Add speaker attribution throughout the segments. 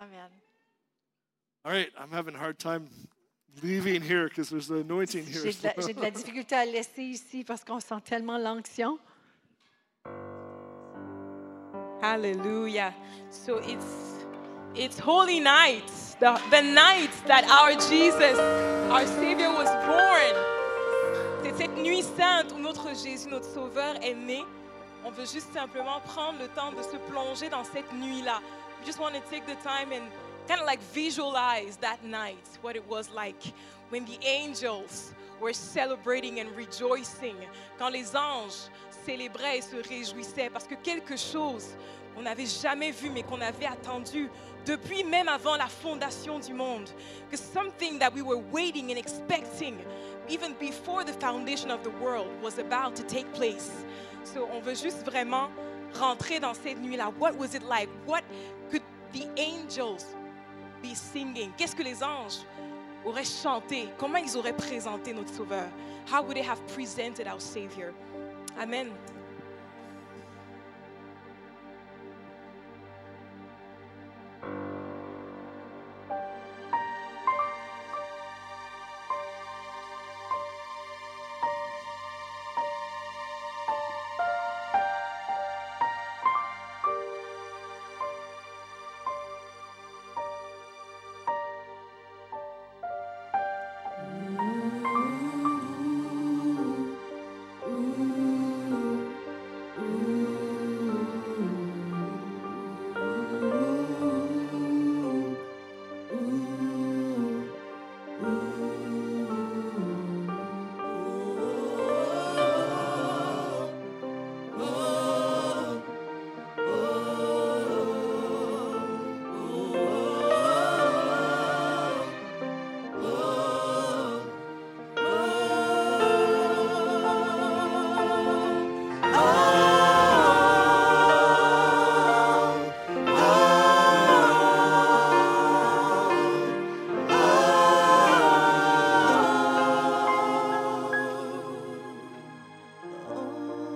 Speaker 1: Amen.
Speaker 2: All right, I'm having a hard time leaving here because there's the anointing here.
Speaker 1: J'ai de, la, j'ai de la difficulté à le laisser ici parce qu'on sent tellement l'anxiété.
Speaker 3: Hallelujah. So it's it's holy night, the, the night that our Jesus, our Savior was born. C'est cette nuit sainte où notre Jésus, notre Sauveur est né. On veut juste simplement prendre le temps de se plonger dans cette nuit-là. We just want to take the time and kind of like visualize that night, what it was like when the angels were celebrating and rejoicing, quand les anges célébraient et se réjouissaient parce que quelque chose qu'on n'avait jamais vu mais qu'on avait attendu depuis même avant la fondation du monde, que something that we were waiting and expecting even before the foundation of the world was about to take place. So on veut juste vraiment rentrer dans cette nuit-là. What was it like? What could the angels be singing? Qu'est-ce que les anges auraient chanté? Comment ils auraient présenté notre Sauveur? How would they have presented our Savior? Amen.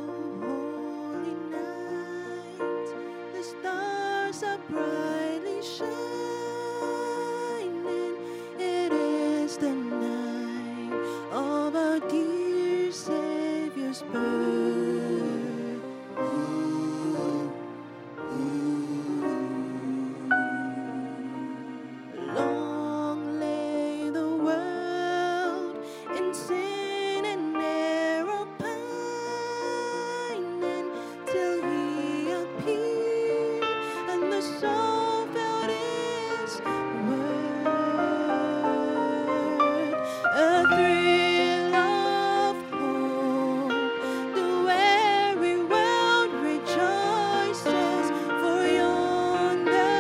Speaker 4: Holy night, the stars are brightly shining. It is the night of our dear Savior's birth. Long lay the world in sin and narrow pining till he appeared and the soul felt his word. A thrill of hope, the weary world rejoices for yonder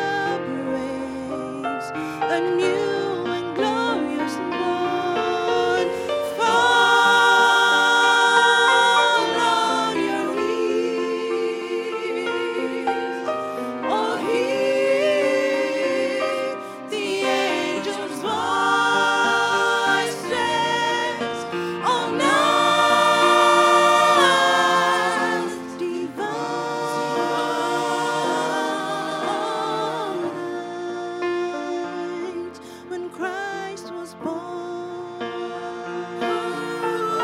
Speaker 4: breaks a new and glorious dawn. Follow your lead. Oh, hear the angels' voices Oh, all night. Divine night when Christ was born.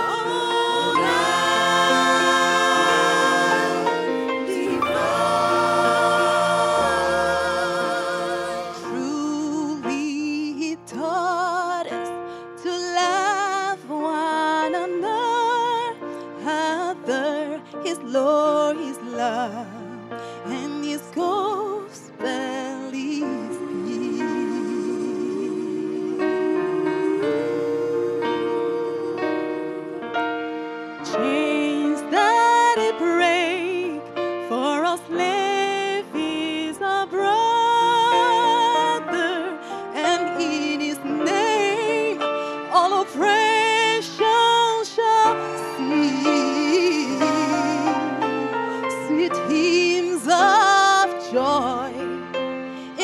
Speaker 4: Oh, night divine. Truly, He taught us to love one another, His Lord, His love, and His ghost believes Chains that it break for us live is a brother, and in his name all oppression shall cease. Sweet hymns of joy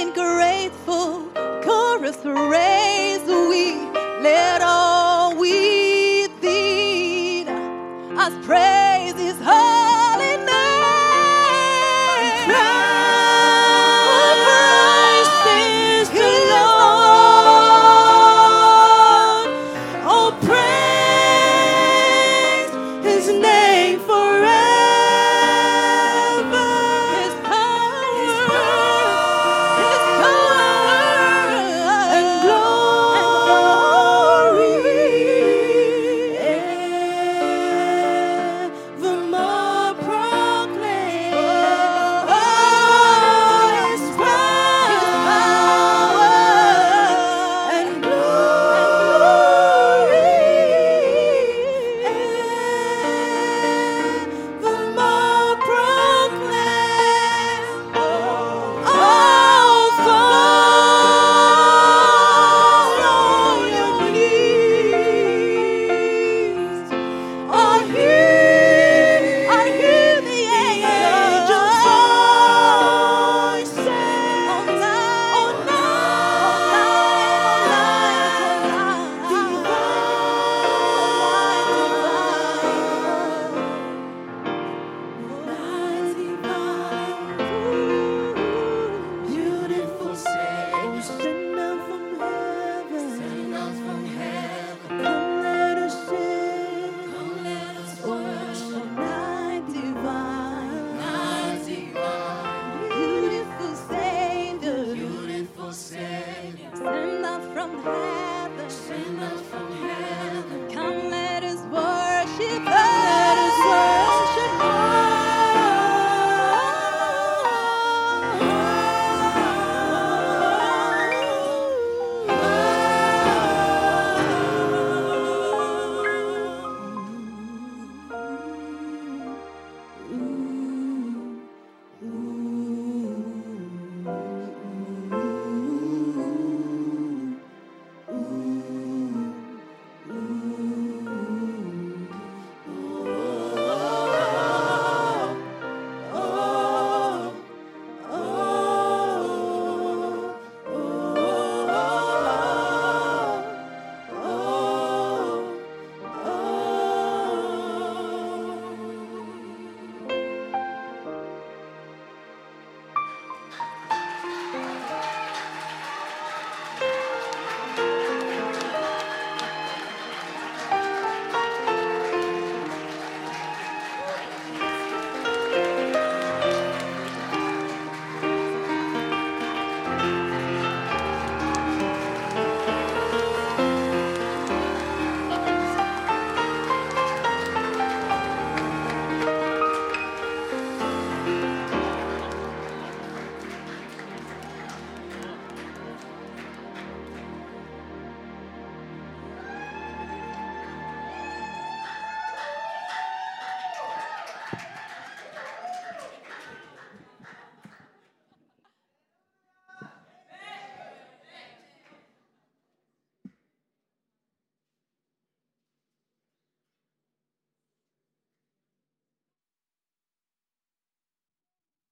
Speaker 4: in grateful chorus raise we let all we did us praise his holy name. Christ is Oh,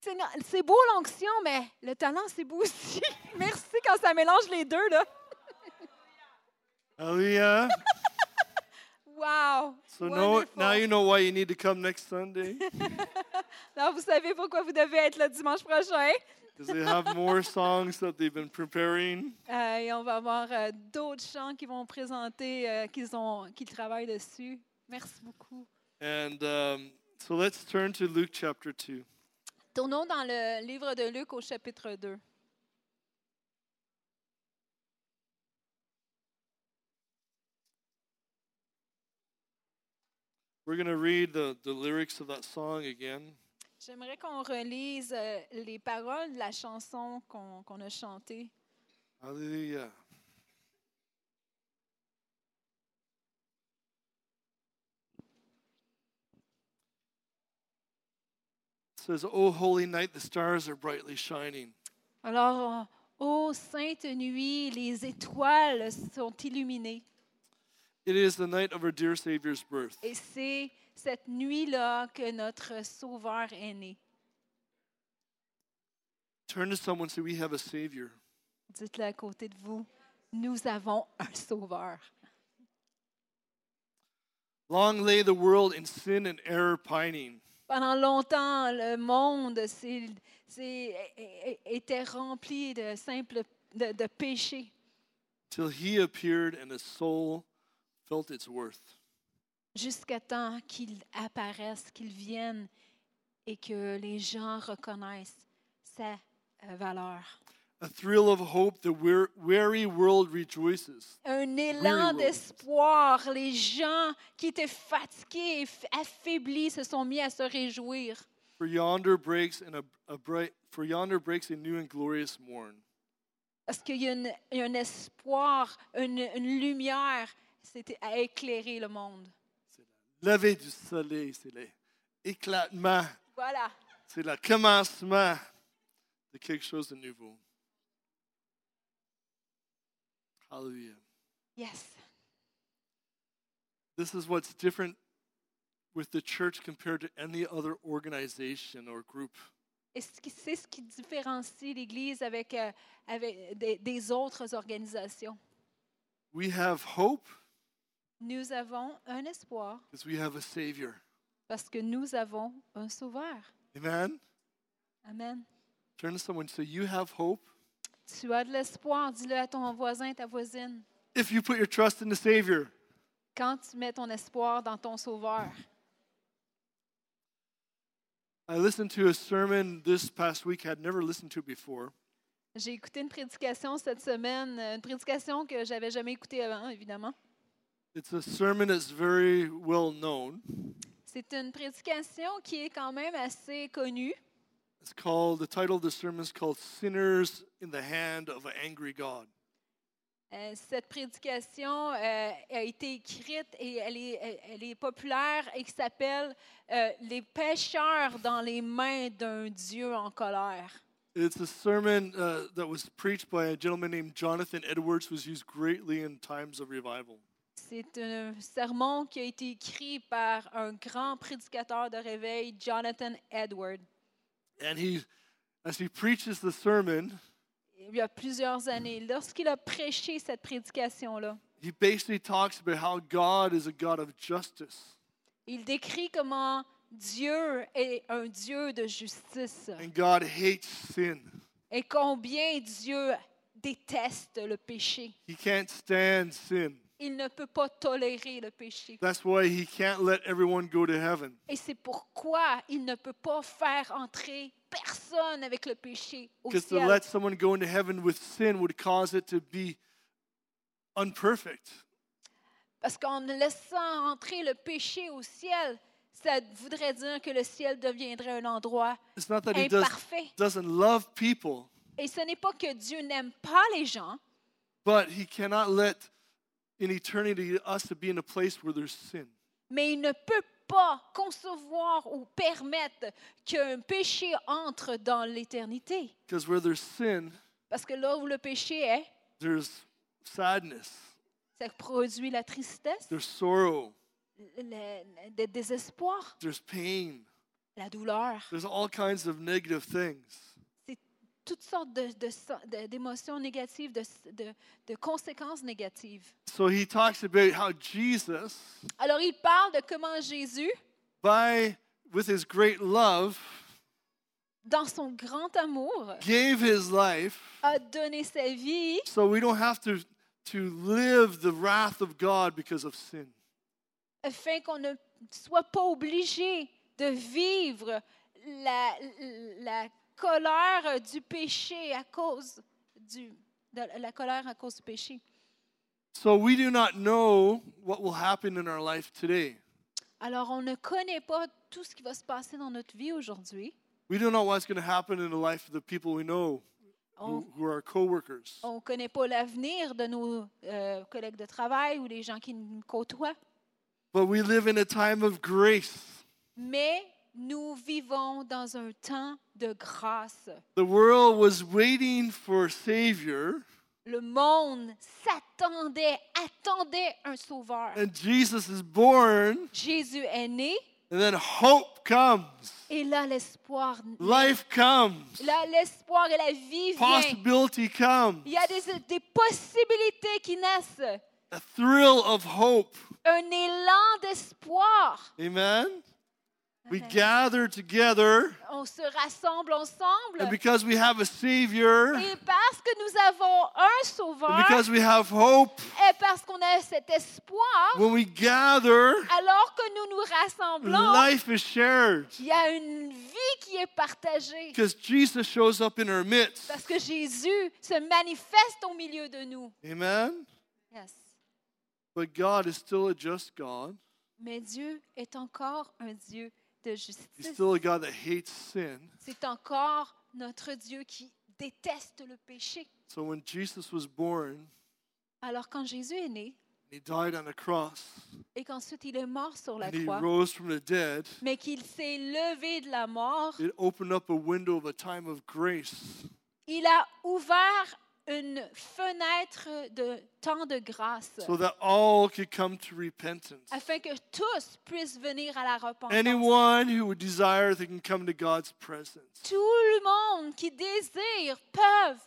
Speaker 1: c'est no- c'est beau l'onction, mais le talent, c'est beau aussi. Merci quand ça mélange les deux, là.
Speaker 2: Hallelujah.
Speaker 1: Wow!
Speaker 2: So now,
Speaker 1: Wonderful.
Speaker 2: now you know why you need to come next Sunday
Speaker 1: Là, vous savez pourquoi vous devez être le dimanche prochain.
Speaker 2: because they have more songs that they've been preparing.
Speaker 1: Euh, et on va avoir euh, d'autres chants qui vont présenter, euh, qu'ils ont, qu'ils travaillent dessus. Merci beaucoup.
Speaker 2: And um, so let's turn to Luke chapter 2.
Speaker 1: Tournons dans le livre de Luc au chapitre 2.
Speaker 2: We're going to read the, the lyrics of that song again.
Speaker 1: J'aimerais qu'on relise euh, les paroles de la chanson qu'on qu'on a chantée.
Speaker 2: Hallelujah. It says, O holy night, the stars are brightly shining.
Speaker 1: Alors, on- ô sainte nuit, les étoiles sont illuminées.
Speaker 2: It is the night of our dear Savior's birth.
Speaker 1: Et c'est cette nuit-là que notre Sauveur est né.
Speaker 2: Turn to someone and say, We have a Savior.
Speaker 1: Dites-le à côté de vous, nous avons un Sauveur.
Speaker 2: Long lay the world in sin and error pining.
Speaker 1: Pendant longtemps, le monde s'est- s'est- é- é- était rempli de simples de, de péchés,
Speaker 2: till he appeared and his soul felt its worth.
Speaker 1: jusqu'à temps qu'il apparaisse, qu'il vienne et que les gens reconnaissent sa euh, valeur.
Speaker 2: A thrill of hope, the wear- weary world rejoices.
Speaker 1: Un élan
Speaker 2: world.
Speaker 1: d'espoir. Les gens qui étaient fatigués et f- affaiblis se sont mis à se réjouir.
Speaker 2: For yonder breaks and a, a bright, for yonder breaks a new and glorious morn.
Speaker 1: Parce qu'il y a, une- il y a un espoir, une, une lumière c'était à éclairer le monde.
Speaker 2: Lever du soleil, c'est l'éclatement,
Speaker 1: Voilà.
Speaker 2: c'est le commencement de quelque chose de nouveau. Hallelujah.
Speaker 1: Yes.
Speaker 2: This is what's different with the church compared to any other organization or group.
Speaker 1: Et ce qui- c'est ce qui différencie l'Église avec, euh, avec des, des autres organisations.
Speaker 2: We have hope
Speaker 1: Nous avons un espoir
Speaker 2: because we have a Savior.
Speaker 1: parce que nous avons un sauveur.
Speaker 2: Amen.
Speaker 1: Amen.
Speaker 2: Turn to someone and say, You have hope
Speaker 1: Tu as de l'espoir, dis-le à ton voisin, ta voisine,
Speaker 2: if you put your trust in the Savior.
Speaker 1: quand tu mets ton espoir dans ton sauveur.
Speaker 2: I listened to a sermon this past week I'd never listened to before.
Speaker 1: J'ai écouté une prédication cette semaine, euh, une prédication que j'avais jamais écoutée avant, évidemment.
Speaker 2: It's a sermon that's very well known.
Speaker 1: C'est une prédication qui est quand même assez connue.
Speaker 2: It's called, the title of the sermon is called Sinners in the Hand of an Angry God.
Speaker 1: Euh, Cette prédication euh, a été écrite et elle est, elle- elle est populaire et qui s'appelle euh, Les pêcheurs dans les mains d'un Dieu en colère.
Speaker 2: It's a sermon uh, that was preached by a gentleman named Jonathan Edwards, who's used greatly in times of revival.
Speaker 1: C'est un sermon qui a été écrit par un grand prédicateur de réveil, Jonathan Edward.
Speaker 2: And he, as he preaches the sermon,
Speaker 1: Il y a plusieurs années, lorsqu'il a prêché cette prédication-là,
Speaker 2: he basically talks about how God is a God of justice.
Speaker 1: il décrit comment Dieu est un Dieu de justice
Speaker 2: And God hates sin.
Speaker 1: et combien Dieu déteste le péché.
Speaker 2: He can't stand sin.
Speaker 1: Il ne peut pas tolérer le péché.
Speaker 2: That's why he can't let everyone go to heaven.
Speaker 1: Et c'est pourquoi il ne peut pas faire entrer personne avec le péché au
Speaker 2: Because to
Speaker 1: ciel.
Speaker 2: let someone go into heaven with sin would cause it to be unperfect.
Speaker 1: Parce qu'en laissant entrer le péché au ciel, ça voudrait dire que le ciel deviendrait un endroit
Speaker 2: It's not that he does,
Speaker 1: imparfait.
Speaker 2: doesn't love people,
Speaker 1: Et ce n'est pas que Dieu n'aime pas les gens,
Speaker 2: but he cannot let in eternity us to be in a place where there's sin.
Speaker 1: mais il ne peut pas concevoir ou permettre qu'un péché entre dans l'éternité.
Speaker 2: Because where there's sin,
Speaker 1: Parce que là où le péché est,
Speaker 2: there's sadness,
Speaker 1: ça produit la tristesse,
Speaker 2: there's sorrow,
Speaker 1: le, le- le désespoir,
Speaker 2: there's pain.
Speaker 1: la douleur,
Speaker 2: There's all kinds of negative things.
Speaker 1: toutes sortes de- de so- de- d'émotions négatives, de, de- de conséquences négatives.
Speaker 2: So he talks about how Jesus,
Speaker 1: Alors, il parle de comment Jésus,
Speaker 2: by with his great love,
Speaker 1: dans son grand amour,
Speaker 2: gave his life
Speaker 1: a donné sa vie
Speaker 2: so we don't have to to live the wrath of God because of sin.
Speaker 1: afin qu'on ne soit pas obligé de vivre la, la colère du péché à cause du de la colère à cause du péché.
Speaker 2: So we do not know what will happen in our life today.
Speaker 1: Alors on ne connaît pas tout ce qui va se passer dans notre vie aujourd'hui.
Speaker 2: We don't know what's going to happen in the life of the people we know
Speaker 1: On
Speaker 2: who, who are our coworkers.
Speaker 1: on ne connaît pas l'avenir de nos euh, collègues de travail ou les gens qui nous côtoient,
Speaker 2: But we live in a time of grace.
Speaker 1: mais nous vivons dans un temps de grâce.
Speaker 2: The world was waiting for a savior,
Speaker 1: Le monde s'attendait, attendait un sauveur.
Speaker 2: and Jesus is born,
Speaker 1: Jésus est né
Speaker 2: and then hope comes.
Speaker 1: et là l'espoir
Speaker 2: Life comes.
Speaker 1: là l'espoir et la vie vient.
Speaker 2: Possibility comes.
Speaker 1: Il y a des, des possibilités qui naissent,
Speaker 2: A thrill of hope.
Speaker 1: un élan d'espoir.
Speaker 2: Amen. We
Speaker 1: Amen.
Speaker 2: gather together,
Speaker 1: On se rassemble ensemble
Speaker 2: and because we have a savior, and
Speaker 1: et parce que nous avons un sauveur
Speaker 2: because we have hope,
Speaker 1: et parce qu'on a cet espoir,
Speaker 2: when we gather,
Speaker 1: alors que nous nous rassemblons,
Speaker 2: life is shared.
Speaker 1: il y a une vie qui est partagée
Speaker 2: Because Jesus shows up in our midst.
Speaker 1: parce que Jésus se manifeste au milieu de nous.
Speaker 2: Amen.
Speaker 1: Yes.
Speaker 2: But God is still a just God.
Speaker 1: Mais Dieu est encore un Dieu de
Speaker 2: He's
Speaker 1: justice.
Speaker 2: still a God that hates sin.
Speaker 1: C'est encore notre Dieu qui déteste le péché.
Speaker 2: So when Jesus was born,
Speaker 1: Alors quand Jésus est né
Speaker 2: he died on the cross,
Speaker 1: et qu'ensuite il est mort sur la
Speaker 2: and he
Speaker 1: croix,
Speaker 2: rose from the dead.
Speaker 1: mais qu'il s'est levé de la mort,
Speaker 2: It opened up a window of a time of grace
Speaker 1: il a ouvert une fenêtre de temps de grâce
Speaker 2: so that all could come to repentance.
Speaker 1: afin que tous puissent venir à la repentance.
Speaker 2: Anyone who would desire, they can come to God's presence.
Speaker 1: Tout le monde qui désire peuvent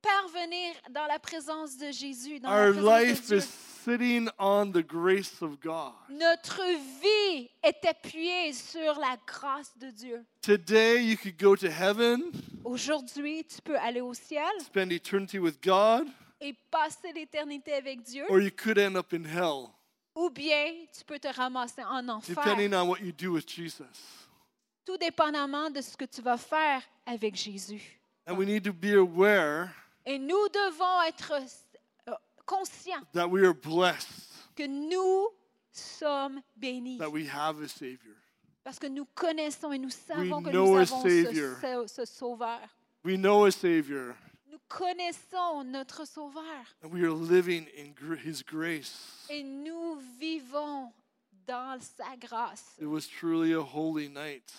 Speaker 1: parvenir dans la présence de Jésus, dans la
Speaker 2: Our
Speaker 1: présence de
Speaker 2: life
Speaker 1: Dieu.
Speaker 2: is sitting on the grace of God.
Speaker 1: Notre vie est appuyée sur la grâce de Dieu.
Speaker 2: Today, you could go to heaven,
Speaker 1: Aujourd'hui, tu peux aller au ciel
Speaker 2: spend eternity with God,
Speaker 1: et passer l'éternité avec Dieu,
Speaker 2: or you could end up in hell,
Speaker 1: ou bien tu peux te ramasser en enfer,
Speaker 2: depending on what you do with Jesus.
Speaker 1: tout dépendamment de ce que tu vas faire avec Jésus.
Speaker 2: And we need to be aware
Speaker 1: Et nous devons être euh, conscients
Speaker 2: that we are blessed
Speaker 1: que nous sommes bénis
Speaker 2: that we have a Savior.
Speaker 1: parce que nous connaissons et nous savons que
Speaker 2: know
Speaker 1: nous
Speaker 2: a
Speaker 1: avons ce-
Speaker 2: Savior.
Speaker 1: ce- ce sauveur.
Speaker 2: We know a Savior,
Speaker 1: Nous connaissons notre sauveur.
Speaker 2: and we are living in gr- His grace.
Speaker 1: Et nous vivons dans sa grâce.
Speaker 2: It was truly a holy night.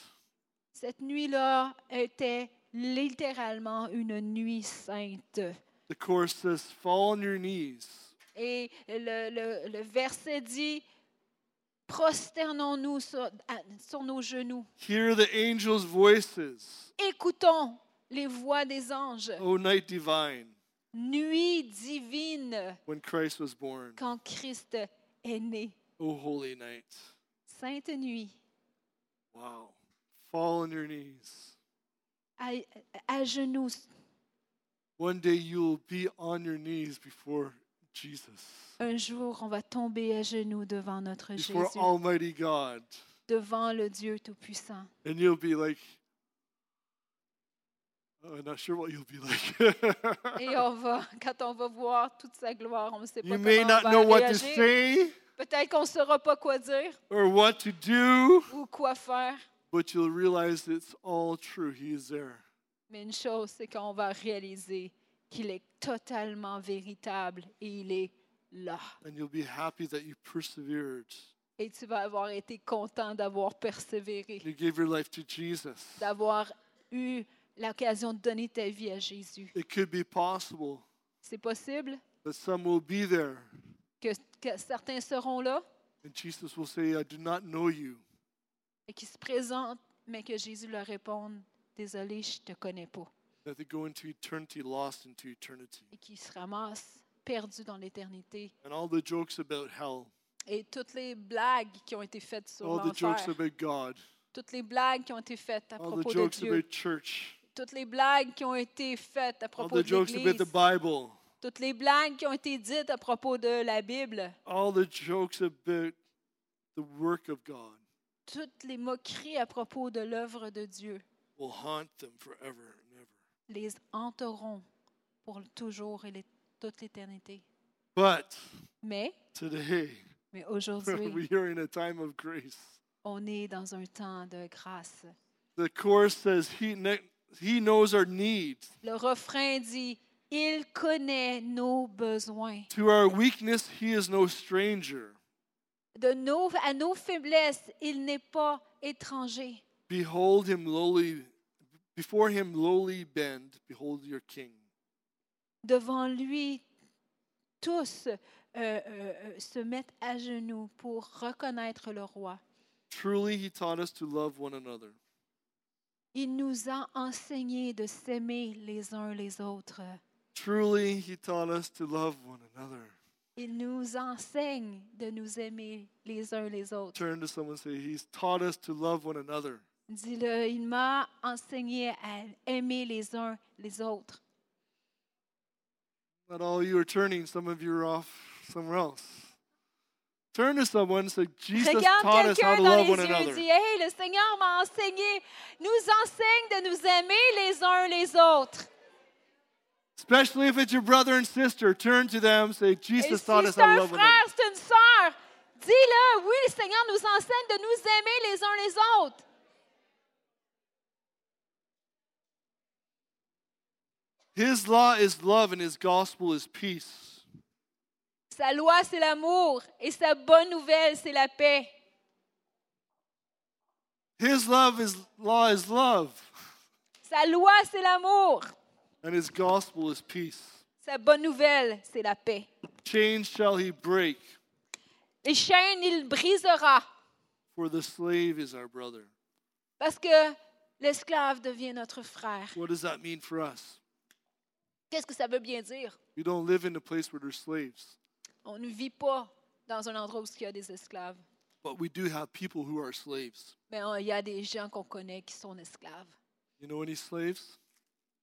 Speaker 1: Cette nuit-là était littéralement une nuit sainte.
Speaker 2: The Course says, Fall on your knees,
Speaker 1: Et le, le- le verset dit, prosternons-nous sur, à- sur nos genoux,
Speaker 2: hear the angels' voices,
Speaker 1: écoutons les voix des anges.
Speaker 2: O night divine,
Speaker 1: Nuit divine
Speaker 2: when Christ was born,
Speaker 1: quand Christ est né.
Speaker 2: O holy night.
Speaker 1: Sainte nuit,
Speaker 2: Wow. Fall on your knees.
Speaker 1: à, à genoux.
Speaker 2: One day you'll be on your knees before Jesus,
Speaker 1: Un jour, on va tomber à genoux devant notre
Speaker 2: before
Speaker 1: Jésus.
Speaker 2: Almighty God.
Speaker 1: devant le Dieu Tout-Puissant.
Speaker 2: And you'll be like, "Oh, I'm not sure what you'll be like.
Speaker 1: Et on va, quand on va voir toute sa gloire, on ne sait pas
Speaker 2: you may
Speaker 1: comment
Speaker 2: not
Speaker 1: on
Speaker 2: know
Speaker 1: va
Speaker 2: what to
Speaker 1: réagir.
Speaker 2: say
Speaker 1: Peut-être qu'on ne saura pas quoi dire
Speaker 2: or what to do,
Speaker 1: ou quoi faire.
Speaker 2: but you'll realize it's all true. He is there.
Speaker 1: Mais une chose, c'est qu'on va réaliser qu'il est totalement véritable et il est là.
Speaker 2: And you'll be happy that you persevered.
Speaker 1: Et tu vas avoir été content d'avoir persévéré,
Speaker 2: You gave your life to Jesus.
Speaker 1: d'avoir eu l'occasion de donner ta vie à Jésus.
Speaker 2: It could be possible
Speaker 1: C'est possible
Speaker 2: that some will be there
Speaker 1: que, que certains seront là
Speaker 2: and Jesus will say, I do not know you.
Speaker 1: et qu'ils se présentent mais que Jésus leur réponde, désolé, je te connais pas,
Speaker 2: that they go into eternity lost into eternity.
Speaker 1: et qu'ils se ramassent perdus dans l'éternité.
Speaker 2: And all the jokes about hell,
Speaker 1: Et toutes les blagues qui ont été faites sur
Speaker 2: all the jokes
Speaker 1: l'enfer,
Speaker 2: about God,
Speaker 1: toutes les blagues qui ont été faites à
Speaker 2: all the
Speaker 1: propos de
Speaker 2: jokes
Speaker 1: Dieu,
Speaker 2: about church,
Speaker 1: toutes les blagues qui ont été faites à
Speaker 2: all
Speaker 1: propos
Speaker 2: the
Speaker 1: de
Speaker 2: jokes about
Speaker 1: l'Église,
Speaker 2: the Bible,
Speaker 1: toutes les blagues qui ont été dites à propos de la Bible,
Speaker 2: all the jokes about the work of God
Speaker 1: toutes les moqueries à propos de l'œuvre de Dieu
Speaker 2: will haunt them forever and ever.
Speaker 1: les hanteront pour toujours et les- toute l'éternité.
Speaker 2: But
Speaker 1: Mais,
Speaker 2: today,
Speaker 1: mais aujourd'hui,
Speaker 2: we are in a time of grace.
Speaker 1: on est dans un temps de grâce.
Speaker 2: The Course says, He, ne- he knows our needs.
Speaker 1: Le refrain dit, il connaît nos besoins.
Speaker 2: To our weakness, He is no stranger.
Speaker 1: De nos, à nos faiblesses, il n'est pas étranger.
Speaker 2: Behold him lowly, before him lowly bend. Behold your king.
Speaker 1: Devant lui, tous euh, euh, euh, se mettent à genoux pour reconnaître le roi.
Speaker 2: Truly, he taught us to love one another.
Speaker 1: Il nous a enseigné de s'aimer les uns les autres.
Speaker 2: Truly, he taught us to love one another.
Speaker 1: Il nous enseigne de nous aimer les uns les autres.
Speaker 2: Turn to someone and say, He's taught us to love one another.
Speaker 1: Dis-le, il m'a enseigné à aimer les uns les autres.
Speaker 2: Not all you are turning, some of you are off somewhere else. Turn to someone and say, Jesus taught
Speaker 1: Regarde
Speaker 2: us
Speaker 1: quelqu'un
Speaker 2: how to
Speaker 1: dans
Speaker 2: love
Speaker 1: les
Speaker 2: one
Speaker 1: yeux et
Speaker 2: another.
Speaker 1: dis, Hey, le Seigneur m'a enseigné, nous enseigne de nous aimer les uns les autres.
Speaker 2: Especially if it's your brother and sister, turn to them and say,
Speaker 1: Et si
Speaker 2: Jesus
Speaker 1: c'est
Speaker 2: taught us how
Speaker 1: un
Speaker 2: to love one another.
Speaker 1: frère, c'est une sœur, dis-le, oui, le Seigneur nous enseigne de nous aimer les uns les autres.
Speaker 2: His law is love and his gospel is peace.
Speaker 1: Sa loi, c'est l'amour, et sa bonne nouvelle, c'est la paix.
Speaker 2: His love is law is love,
Speaker 1: Sa loi, c'est l'amour.
Speaker 2: and his gospel is peace.
Speaker 1: Sa bonne nouvelle, c'est la paix.
Speaker 2: Chains shall he break,
Speaker 1: Les chaînes, il brisera,
Speaker 2: for the slave is our brother.
Speaker 1: parce que l'esclave devient notre frère.
Speaker 2: What does that mean for us?
Speaker 1: Qu'est-ce que ça veut bien dire?
Speaker 2: We don't live in a place where there's slaves,
Speaker 1: On ne vit pas dans un endroit où il y a des esclaves,
Speaker 2: but we do have people who are slaves.
Speaker 1: mais on- il y a des gens qu'on connaît qui sont esclaves.
Speaker 2: You know any slaves?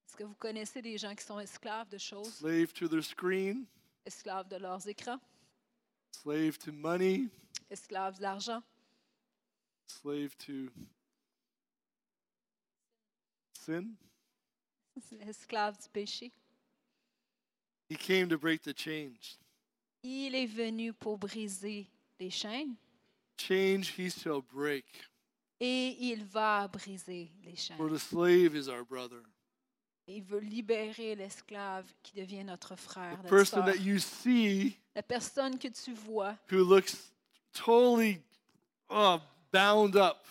Speaker 1: Est-ce que vous connaissez des gens qui sont esclaves de choses?
Speaker 2: Slave to their screen,
Speaker 1: Esclaves de leurs écrans,
Speaker 2: slave to money,
Speaker 1: esclaves de l'argent,
Speaker 2: slave to sin.
Speaker 1: esclaves du péché.
Speaker 2: He came to break the chains.
Speaker 1: Il est venu pour briser les chaînes
Speaker 2: Change he shall break,
Speaker 1: et il va briser les chaînes.
Speaker 2: for the slave is our brother.
Speaker 1: Il veut libérer l'esclave qui devient notre frère.
Speaker 2: The
Speaker 1: notre
Speaker 2: person
Speaker 1: sœur.
Speaker 2: that you see
Speaker 1: La personne que tu vois,
Speaker 2: who looks totally uh, bound up,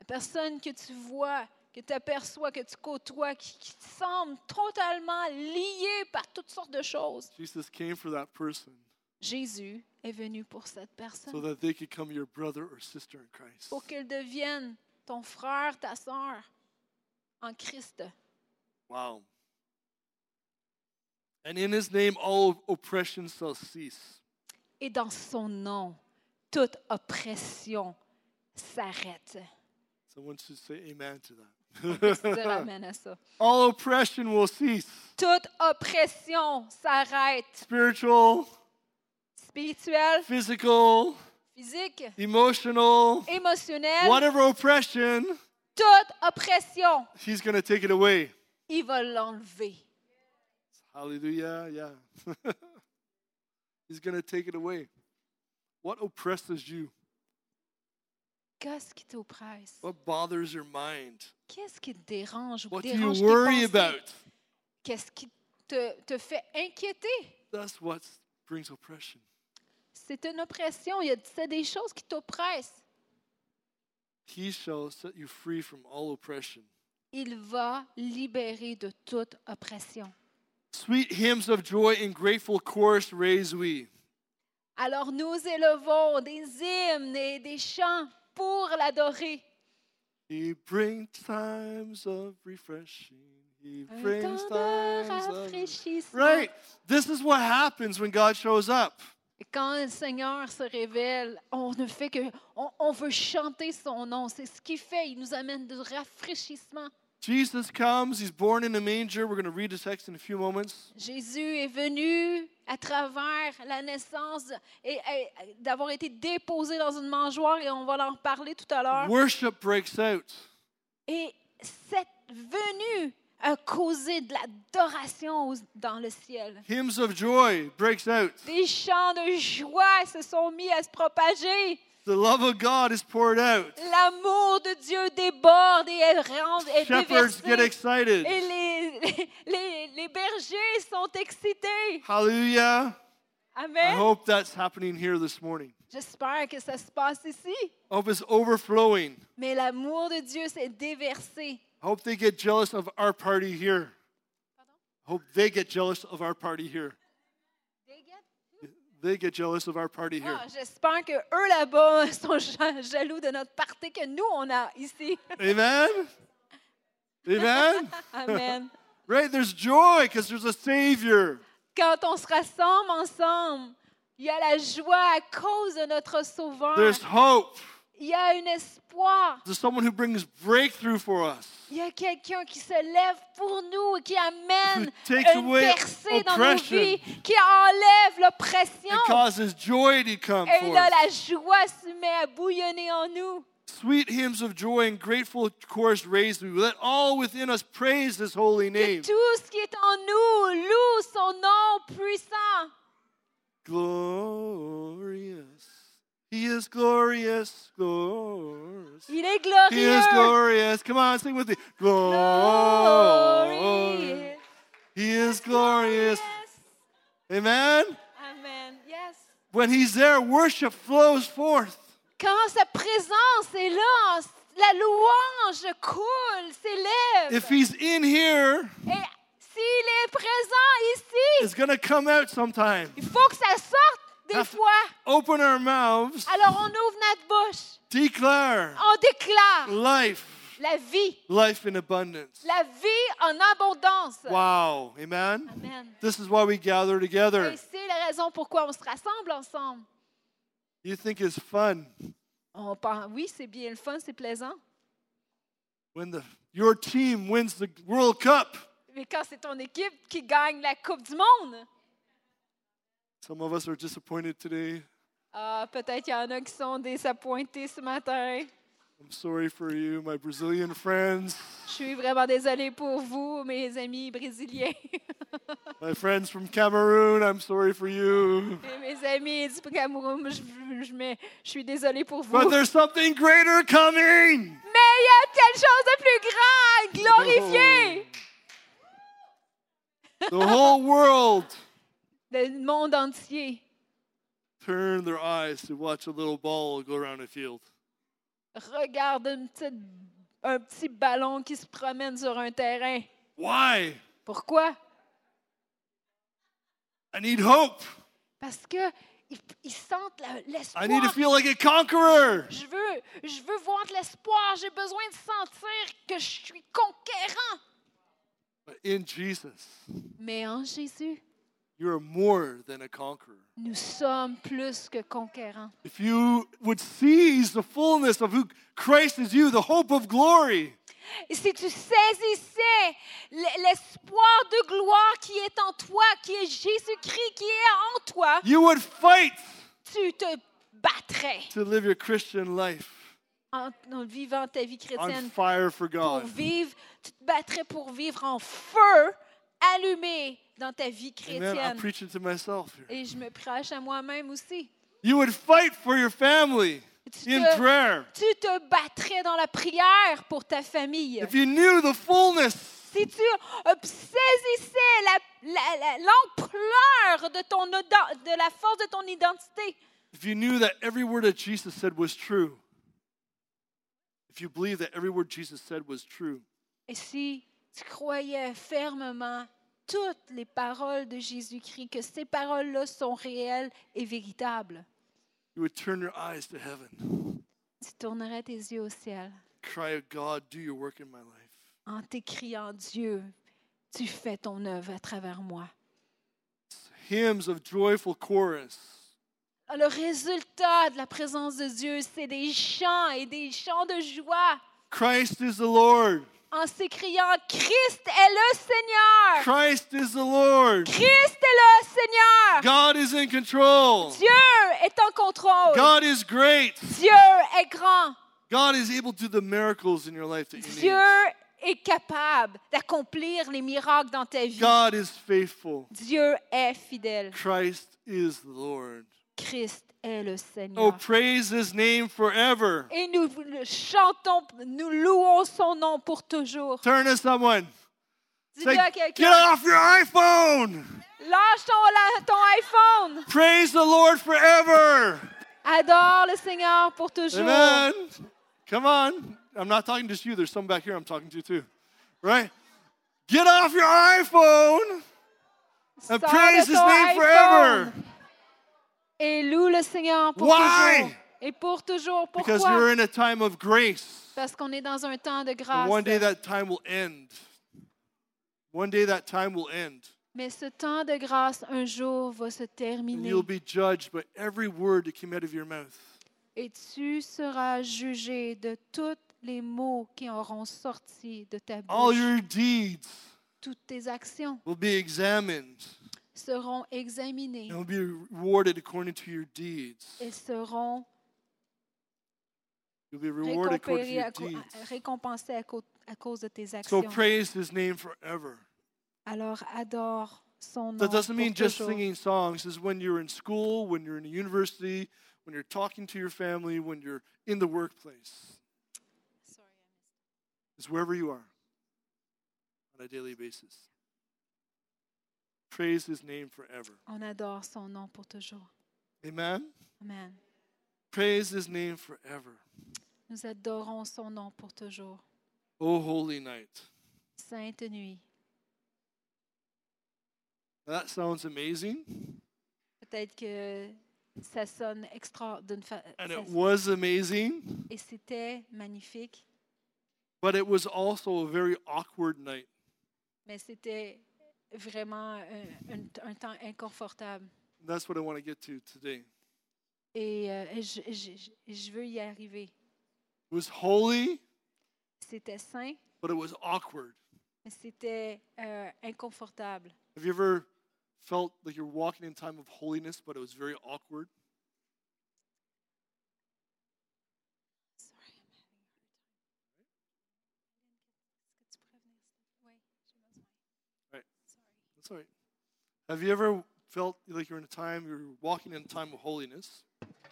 Speaker 1: la personne que tu vois, que tu aperçois, que tu côtoies, qui, qui te semble totalement liée par toutes sortes de choses.
Speaker 2: Jesus came for that person
Speaker 1: Jésus est venu pour cette
Speaker 2: so
Speaker 1: personne,
Speaker 2: that they could come your brother or sister in
Speaker 1: pour
Speaker 2: Christ.
Speaker 1: qu'elle devienne ton frère, ta sœur en Christ.
Speaker 2: Wow. And in his name, all oppression shall cease.
Speaker 1: Et dans son nom, toute oppression s'arrête.
Speaker 2: Someone should say amen to
Speaker 1: Je te dirai
Speaker 2: that.
Speaker 1: amen à ça.
Speaker 2: all oppression will cease.
Speaker 1: Toute oppression s'arrête.
Speaker 2: Spiritual,
Speaker 1: Spirituelle,
Speaker 2: physical,
Speaker 1: physique,
Speaker 2: emotional,
Speaker 1: émotionnelle,
Speaker 2: whatever oppression,
Speaker 1: toute oppression,
Speaker 2: he's going to take it away.
Speaker 1: il va l'enlever.
Speaker 2: Hallelujah, yeah. He's going to take it away. What oppresses you?
Speaker 1: Qu'est-ce qui t'oppresse?
Speaker 2: What bothers your mind?
Speaker 1: Qu'est-ce qui te dérange ou
Speaker 2: Oh. What
Speaker 1: qui
Speaker 2: do you
Speaker 1: dérange
Speaker 2: worry
Speaker 1: tes pensées?
Speaker 2: about?
Speaker 1: Qu'est-ce qui te, te fait inquiéter?
Speaker 2: That's what brings oppression.
Speaker 1: C'est une oppression. Il y a c'est des choses qui t'oppressent.
Speaker 2: He shall set you free from all oppression.
Speaker 1: Il va libérer de toute oppression.
Speaker 2: Sweet hymns of joy in grateful chorus raise we.
Speaker 1: Alors nous élevons des hymnes et des chants pour l'adorer.
Speaker 2: He brings times of refreshing. He
Speaker 1: Un
Speaker 2: brings
Speaker 1: temps de
Speaker 2: times of.
Speaker 1: rafraîchissement.
Speaker 2: Right. This is what happens when God shows up.
Speaker 1: Et Quand le Seigneur se révèle, on ne fait que, on, on veut chanter son nom. C'est ce qu'il fait. Il nous amène du rafraîchissement.
Speaker 2: Jesus comes. He's born in a manger. We're going to read the text in a few moments.
Speaker 1: Jésus est venu à travers la naissance et, et- d'avoir été déposé dans une mangeoire et on va en reparler tout à l'heure.
Speaker 2: Worship breaks out.
Speaker 1: Et cette venue a causé de l'adoration aux- dans le ciel.
Speaker 2: Hymns of joy breaks out.
Speaker 1: Des chants de joie se sont mis à se propager.
Speaker 2: The love of God is poured out.
Speaker 1: L'amour de Dieu déborde et est, rend- est
Speaker 2: Shepherds get
Speaker 1: déversé.
Speaker 2: excited.
Speaker 1: Et les, les, les bergers sont excités.
Speaker 2: Hallelujah. I
Speaker 1: Amen.
Speaker 2: hope that's happening here this morning.
Speaker 1: J'espère que ça se passe ici.
Speaker 2: I hope it's overflowing.
Speaker 1: Mais l'amour de Dieu s'est déversé.
Speaker 2: I hope they get jealous of our party here. I hope they get jealous of our party here. They get jealous of our party here.
Speaker 1: Ah, J'espère que eux là-bas sont ja- jaloux de notre partie que nous on a ici.
Speaker 2: Amen. Amen.
Speaker 1: Amen.
Speaker 2: Right? There's joy because there's a Savior.
Speaker 1: Quand on se rassemble ensemble, il y a la joie à cause de notre Sauveur.
Speaker 2: There's hope.
Speaker 1: Il y a un espoir.
Speaker 2: There's someone who brings breakthrough for us.
Speaker 1: Il y a quelqu'un qui se lève pour nous et qui amène
Speaker 2: Who takes
Speaker 1: une
Speaker 2: away
Speaker 1: percée dans nos
Speaker 2: oppression.
Speaker 1: vies, qui enlève
Speaker 2: It
Speaker 1: l'oppression.
Speaker 2: causes joy to come
Speaker 1: Et
Speaker 2: for
Speaker 1: là,
Speaker 2: us.
Speaker 1: la joie se met à bouillonner en nous.
Speaker 2: Sweet hymns of joy and grateful chorus raise me. Let all within us praise His holy
Speaker 1: Que
Speaker 2: name.
Speaker 1: tout ce qui est en nous loue son nom puissant.
Speaker 2: Glorious. He is glorious. Glorious.
Speaker 1: Il est
Speaker 2: He is
Speaker 1: glorieux.
Speaker 2: glorious. Come on, sing with me. Glory.
Speaker 1: Glorieux.
Speaker 2: He is glorious. Amen.
Speaker 1: Amen. Yes.
Speaker 2: When He's there, worship flows forth.
Speaker 1: Quand sa présence est là, la louange coule, s'élève.
Speaker 2: If He's in here,
Speaker 1: Et s'il est présent ici,
Speaker 2: it's going to come out sometime.
Speaker 1: il faut que ça sorte des
Speaker 2: That's-
Speaker 1: fois.
Speaker 2: Open our mouths,
Speaker 1: Alors on ouvre notre bouche,
Speaker 2: declare
Speaker 1: on déclare
Speaker 2: life,
Speaker 1: la vie,
Speaker 2: life in abundance.
Speaker 1: la vie en abondance.
Speaker 2: Wow. Amen.
Speaker 1: Amen.
Speaker 2: This is why we gather together.
Speaker 1: Et c'est la raison pourquoi on se rassemble ensemble.
Speaker 2: You think it's fun
Speaker 1: On pense, oui, c'est bien le fun, c'est plaisant.
Speaker 2: when the, your team wins the World Cup.
Speaker 1: Mais quand c'est ton équipe qui gagne la Coupe du Monde,
Speaker 2: Some of us are disappointed today.
Speaker 1: ah, peut-être qu'il y en a qui sont désappointés ce matin.
Speaker 2: I'm sorry for you, my Brazilian friends,
Speaker 1: Je suis vraiment désolée pour vous, mes amis brésiliens
Speaker 2: my friends from Cameroon. I'm sorry for you.
Speaker 1: et mes amis du Cameroun. Je, je- mais je suis désolée pour vous.
Speaker 2: But there's something greater coming.
Speaker 1: Mais il y a quelque chose de plus grand, à glorifier.
Speaker 2: The whole world
Speaker 1: Le monde entier
Speaker 2: turned their eyes to watch a little ball go around a field.
Speaker 1: regarde une petite- un petit ballon qui se promène sur un terrain.
Speaker 2: Why?
Speaker 1: Pourquoi?
Speaker 2: I need hope.
Speaker 1: Parce que ils, ils sentent la- l'espoir.
Speaker 2: I need to feel like a conqueror.
Speaker 1: Je veux, je veux voir de l'espoir. J'ai besoin de sentir que je suis conquérant.
Speaker 2: But in Jesus,
Speaker 1: Mais en Jésus,
Speaker 2: you're more than a conqueror.
Speaker 1: nous sommes plus que conquérants.
Speaker 2: If you would seize the fullness of who Christ is you, the hope of glory,
Speaker 1: Et si tu saisissais l- l'espoir de gloire qui est en toi, qui est Jésus-Christ, qui est en toi,
Speaker 2: you would fight
Speaker 1: tu te battrais
Speaker 2: to live your Christian life
Speaker 1: en, en vivant ta vie
Speaker 2: on
Speaker 1: chrétienne.
Speaker 2: fire for
Speaker 1: Pour
Speaker 2: God.
Speaker 1: vivre, tu te battrais pour vivre en feu, allumé dans ta vie
Speaker 2: Amen. I'm
Speaker 1: chrétienne.
Speaker 2: preaching to myself here.
Speaker 1: Et je me prêche à moi-même aussi.
Speaker 2: You would fight for your family
Speaker 1: Tu
Speaker 2: in
Speaker 1: te,
Speaker 2: prayer.
Speaker 1: tu te battrais dans la prière pour ta famille.
Speaker 2: If you knew the fullness
Speaker 1: Si tu euh, saisissais la- la- la- l'ampleur de, ton oda- de la force de ton identité,
Speaker 2: If you knew that every word that Jesus said was true, if you believe that every word Jesus said was true,
Speaker 1: et si tu croyais fermement toutes les paroles de Jésus-Christ, que ces paroles-là sont réelles et véritables,
Speaker 2: you would turn your eyes to heaven
Speaker 1: tu tournerais tes yeux au ciel
Speaker 2: cry out, God, do your work in my life.
Speaker 1: en t'écriant Dieu, tu fais ton œuvre à travers moi.
Speaker 2: Hymns of joyful chorus.
Speaker 1: Ah, Le résultat de la présence de Dieu, c'est des chants et des chants de joie
Speaker 2: Christ is the Lord.
Speaker 1: en s'écriant Christ est le Seigneur!
Speaker 2: Christ is the Lord.
Speaker 1: Christ est le Seigneur!
Speaker 2: God is in control.
Speaker 1: Dieu est en contrôle.
Speaker 2: God is great.
Speaker 1: Dieu est grand.
Speaker 2: God is able to do the miracles in your life that you
Speaker 1: Dieu
Speaker 2: need.
Speaker 1: est capable d'accomplir les miracles dans ta vie.
Speaker 2: God is faithful.
Speaker 1: Dieu est fidèle.
Speaker 2: Christ is the Lord.
Speaker 1: Christ est le
Speaker 2: Oh,
Speaker 1: Seigneur.
Speaker 2: praise his name forever.
Speaker 1: Et nous le chantons, nous louons son nom pour toujours.
Speaker 2: Turn to someone. Say,
Speaker 1: Dis-le à
Speaker 2: get
Speaker 1: quelqu'un.
Speaker 2: off your iPhone.
Speaker 1: Lâche ton, la- ton iPhone.
Speaker 2: Praise the Lord forever.
Speaker 1: Adore le Seigneur pour toujours.
Speaker 2: Amen. Come on. I'm not talking just you. There's some back here I'm talking to too. Right? Get off your iPhone
Speaker 1: Sors
Speaker 2: and
Speaker 1: de
Speaker 2: praise his
Speaker 1: ton
Speaker 2: name forever.
Speaker 1: iPhone Et loue le Seigneur pour
Speaker 2: Why?
Speaker 1: toujours. Et pour toujours.
Speaker 2: Because you're
Speaker 1: Pourquoi?
Speaker 2: in a time of grace.
Speaker 1: Parce qu'on est dans un temps de
Speaker 2: And
Speaker 1: grâce.
Speaker 2: one day that time will end. One day that time will end.
Speaker 1: Mais ce temps de grâce, un jour, va se
Speaker 2: And
Speaker 1: terminer.
Speaker 2: you'll be judged by every word that came out of your mouth.
Speaker 1: Et tu seras jugé de tous les mots qui auront sorti de ta
Speaker 2: All
Speaker 1: bouche.
Speaker 2: your deeds
Speaker 1: Toutes tes actions
Speaker 2: will be examined.
Speaker 1: seront examinées.
Speaker 2: And will be rewarded according to your deeds.
Speaker 1: Elles seront
Speaker 2: You'll be rewarded according to
Speaker 1: récompérées
Speaker 2: your
Speaker 1: à co-
Speaker 2: deeds.
Speaker 1: à- récompensées à, co- à cause de tes
Speaker 2: So
Speaker 1: actions.
Speaker 2: praise his name forever.
Speaker 1: Alors adore son nom.
Speaker 2: That doesn't
Speaker 1: pour
Speaker 2: mean just
Speaker 1: toujours.
Speaker 2: singing songs. This is when you're in school, when you're in a university, when you're talking to your family, when you're in the workplace. It's wherever you are on a daily basis. Praise his name forever.
Speaker 1: On adore son nom pour toujours.
Speaker 2: Amen.
Speaker 1: Amen.
Speaker 2: Praise his name forever.
Speaker 1: Nous adorons son nom pour toujours.
Speaker 2: Oh, holy night.
Speaker 1: Sainte nuit.
Speaker 2: Now, that sounds amazing,
Speaker 1: Peut-être que ça sonne extra d'une fa-
Speaker 2: and
Speaker 1: ça-
Speaker 2: it was amazing,
Speaker 1: Et c'était magnifique,
Speaker 2: but it was also a very awkward night.
Speaker 1: mais c'était vraiment un, un- un temps inconfortable.
Speaker 2: That's what I want to get to today.
Speaker 1: Et euh, je, je- je- je veux y arriver.
Speaker 2: It was holy,
Speaker 1: C'était sain,
Speaker 2: but it was awkward.
Speaker 1: mais c'était euh, inconfortable.
Speaker 2: Have you ever felt like you're walking in time of holiness, but it was very awkward? Right. That's all right. Have you ever felt like you're in a time you're walking in a time of holiness,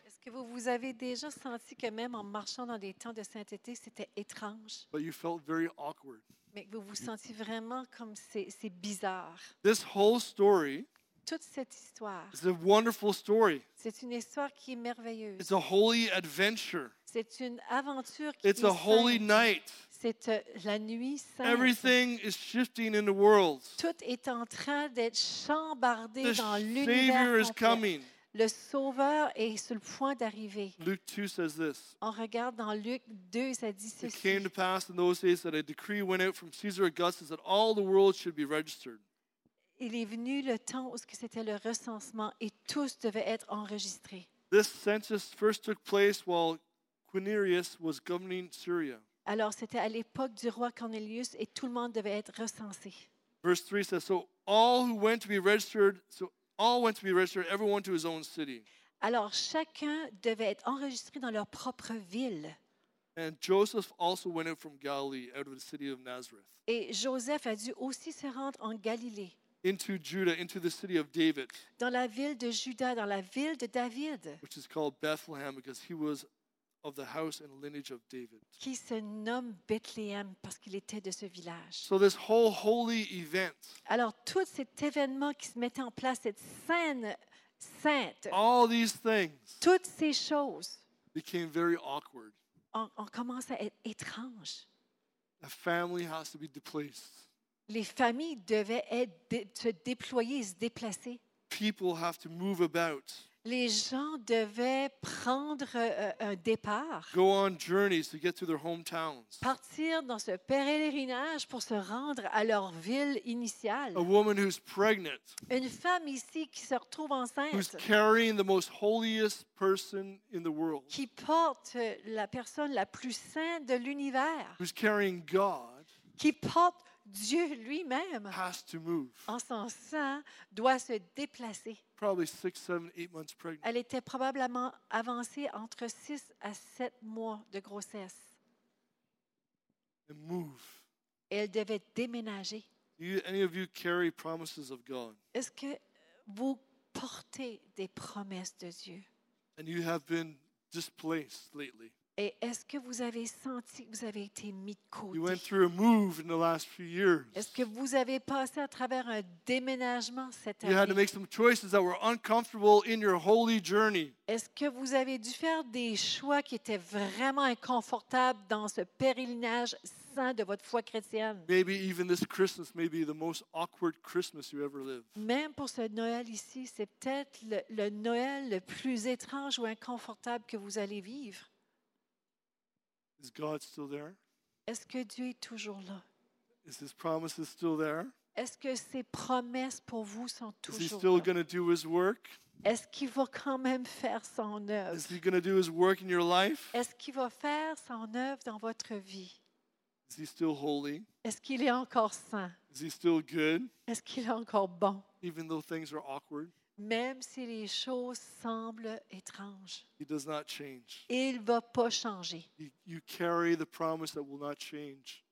Speaker 5: Est-ce que vous vous avez déjà senti que même en marchant dans des temps de sainteté, c'était étrange,
Speaker 2: but you felt very awkward?
Speaker 5: mais que vous vous sentiez vraiment comme c'est c'est bizarre?
Speaker 2: This whole story
Speaker 5: Toute cette histoire,
Speaker 2: is a wonderful story.
Speaker 5: c'est une histoire qui est merveilleuse.
Speaker 2: It's a holy adventure.
Speaker 5: C'est une aventure qui
Speaker 2: It's
Speaker 5: est
Speaker 2: a holy
Speaker 5: sainte.
Speaker 2: night.
Speaker 5: C'est euh, la nuit sainte.
Speaker 2: Everything is shifting in the world.
Speaker 5: Tout est en train d'être chambardé
Speaker 2: The
Speaker 5: dans
Speaker 2: Savior
Speaker 5: l'univers.
Speaker 2: is
Speaker 5: complet.
Speaker 2: coming.
Speaker 5: Le Sauveur est sur le point d'arriver.
Speaker 2: Luke 2 says this.
Speaker 5: On regarde dans Luc 2, ça dit
Speaker 2: It
Speaker 5: ceci.
Speaker 2: came to pass in those days that a decree went out from Caesar Augustus that all the world should be registered.
Speaker 5: Il est venu le temps où ce que c'était le recensement et tous devaient être enregistrés.
Speaker 2: This census first took place while Quirinius was governing Syria.
Speaker 5: Alors, c'était à l'époque du roi Cornelius et tout le monde devait être recensé.
Speaker 2: Verse 3 says, So all who went to be registered, so all went to be registered, everyone to his own city.
Speaker 5: Alors, chacun devait être enregistré dans leur propre ville.
Speaker 2: And Joseph also went out from Galilee, out of the city of Nazareth,
Speaker 5: Et Joseph a dû aussi se rendre en Galilée,
Speaker 2: into Judah, into the city of David,
Speaker 5: dans la ville de Juda, dans la ville de David,
Speaker 2: which is called Bethlehem, because he was of the house and lineage of David.
Speaker 5: qui se nomme Bethléem parce qu'il était de ce village.
Speaker 2: So this whole holy event,
Speaker 5: Alors, tout cet événement qui se mettait en place, cette scène sainte,
Speaker 2: all these things
Speaker 5: toutes ces choses,
Speaker 2: became very awkward.
Speaker 5: on, on commence à être étrange.
Speaker 2: A family has to be displaced.
Speaker 5: Les familles devaient être dé- se déployer, se déplacer.
Speaker 2: People have to move about.
Speaker 5: les gens devaient prendre euh, un départ,
Speaker 2: go on journeys to get to their hometowns.
Speaker 5: partir dans ce pèlerinage pour se rendre à leur ville initiale.
Speaker 2: A woman who's pregnant,
Speaker 5: Une femme ici qui se retrouve
Speaker 2: who's
Speaker 5: enceinte,
Speaker 2: carrying the most holiest person in the world,
Speaker 5: qui porte la personne la plus sainte de l'univers,
Speaker 2: who's carrying God,
Speaker 5: qui porte Dieu lui-même,
Speaker 2: has to move.
Speaker 5: en son sang, doit se déplacer.
Speaker 2: Probably six, seven, eight months pregnant.
Speaker 5: Elle était probablement avancée entre 6 à 7 mois de grossesse.
Speaker 2: And move.
Speaker 5: Et elle devait déménager.
Speaker 2: Do you, any of you carry promises of God?
Speaker 5: Est-ce que vous portez des promesses de Dieu?
Speaker 2: And you have been displaced lately.
Speaker 5: Et est-ce que vous avez senti que vous avez été mis de
Speaker 2: You went
Speaker 5: côté?
Speaker 2: through a move in the last few years.
Speaker 5: Est-ce que vous avez passé à travers un déménagement cette
Speaker 2: You had to
Speaker 5: année?
Speaker 2: make some choices that were uncomfortable in your holy journey.
Speaker 5: Est-ce que vous avez dû faire des choix qui étaient vraiment inconfortables dans ce pèlerinage saint de votre foi chrétienne?
Speaker 2: Maybe even this Christmas may be the most awkward Christmas you ever lived.
Speaker 5: Même pour ce Noël ici, c'est peut-être le, le Noël le plus étrange ou inconfortable que vous allez vivre.
Speaker 2: Is God still there?
Speaker 5: Est-ce que Dieu est toujours là?
Speaker 2: Is His promises still there?
Speaker 5: Est-ce que ses promesses pour vous sont
Speaker 2: Is He
Speaker 5: toujours
Speaker 2: still
Speaker 5: là?
Speaker 2: going to do His work?
Speaker 5: Est-ce qu'il va quand même faire son œuvre?
Speaker 2: Is He going to do His work in your life?
Speaker 5: Est-ce qu'il va faire son œuvre dans votre vie?
Speaker 2: Is He still holy?
Speaker 5: Est-ce qu'il est encore saint?
Speaker 2: Is He still good?
Speaker 5: Est-ce qu'il est encore bon?
Speaker 2: Even though things are awkward,
Speaker 5: Même si les choses semblent étranges,
Speaker 2: He does not change.
Speaker 5: il ne va pas changer.
Speaker 2: You, you carry the promise that will not change.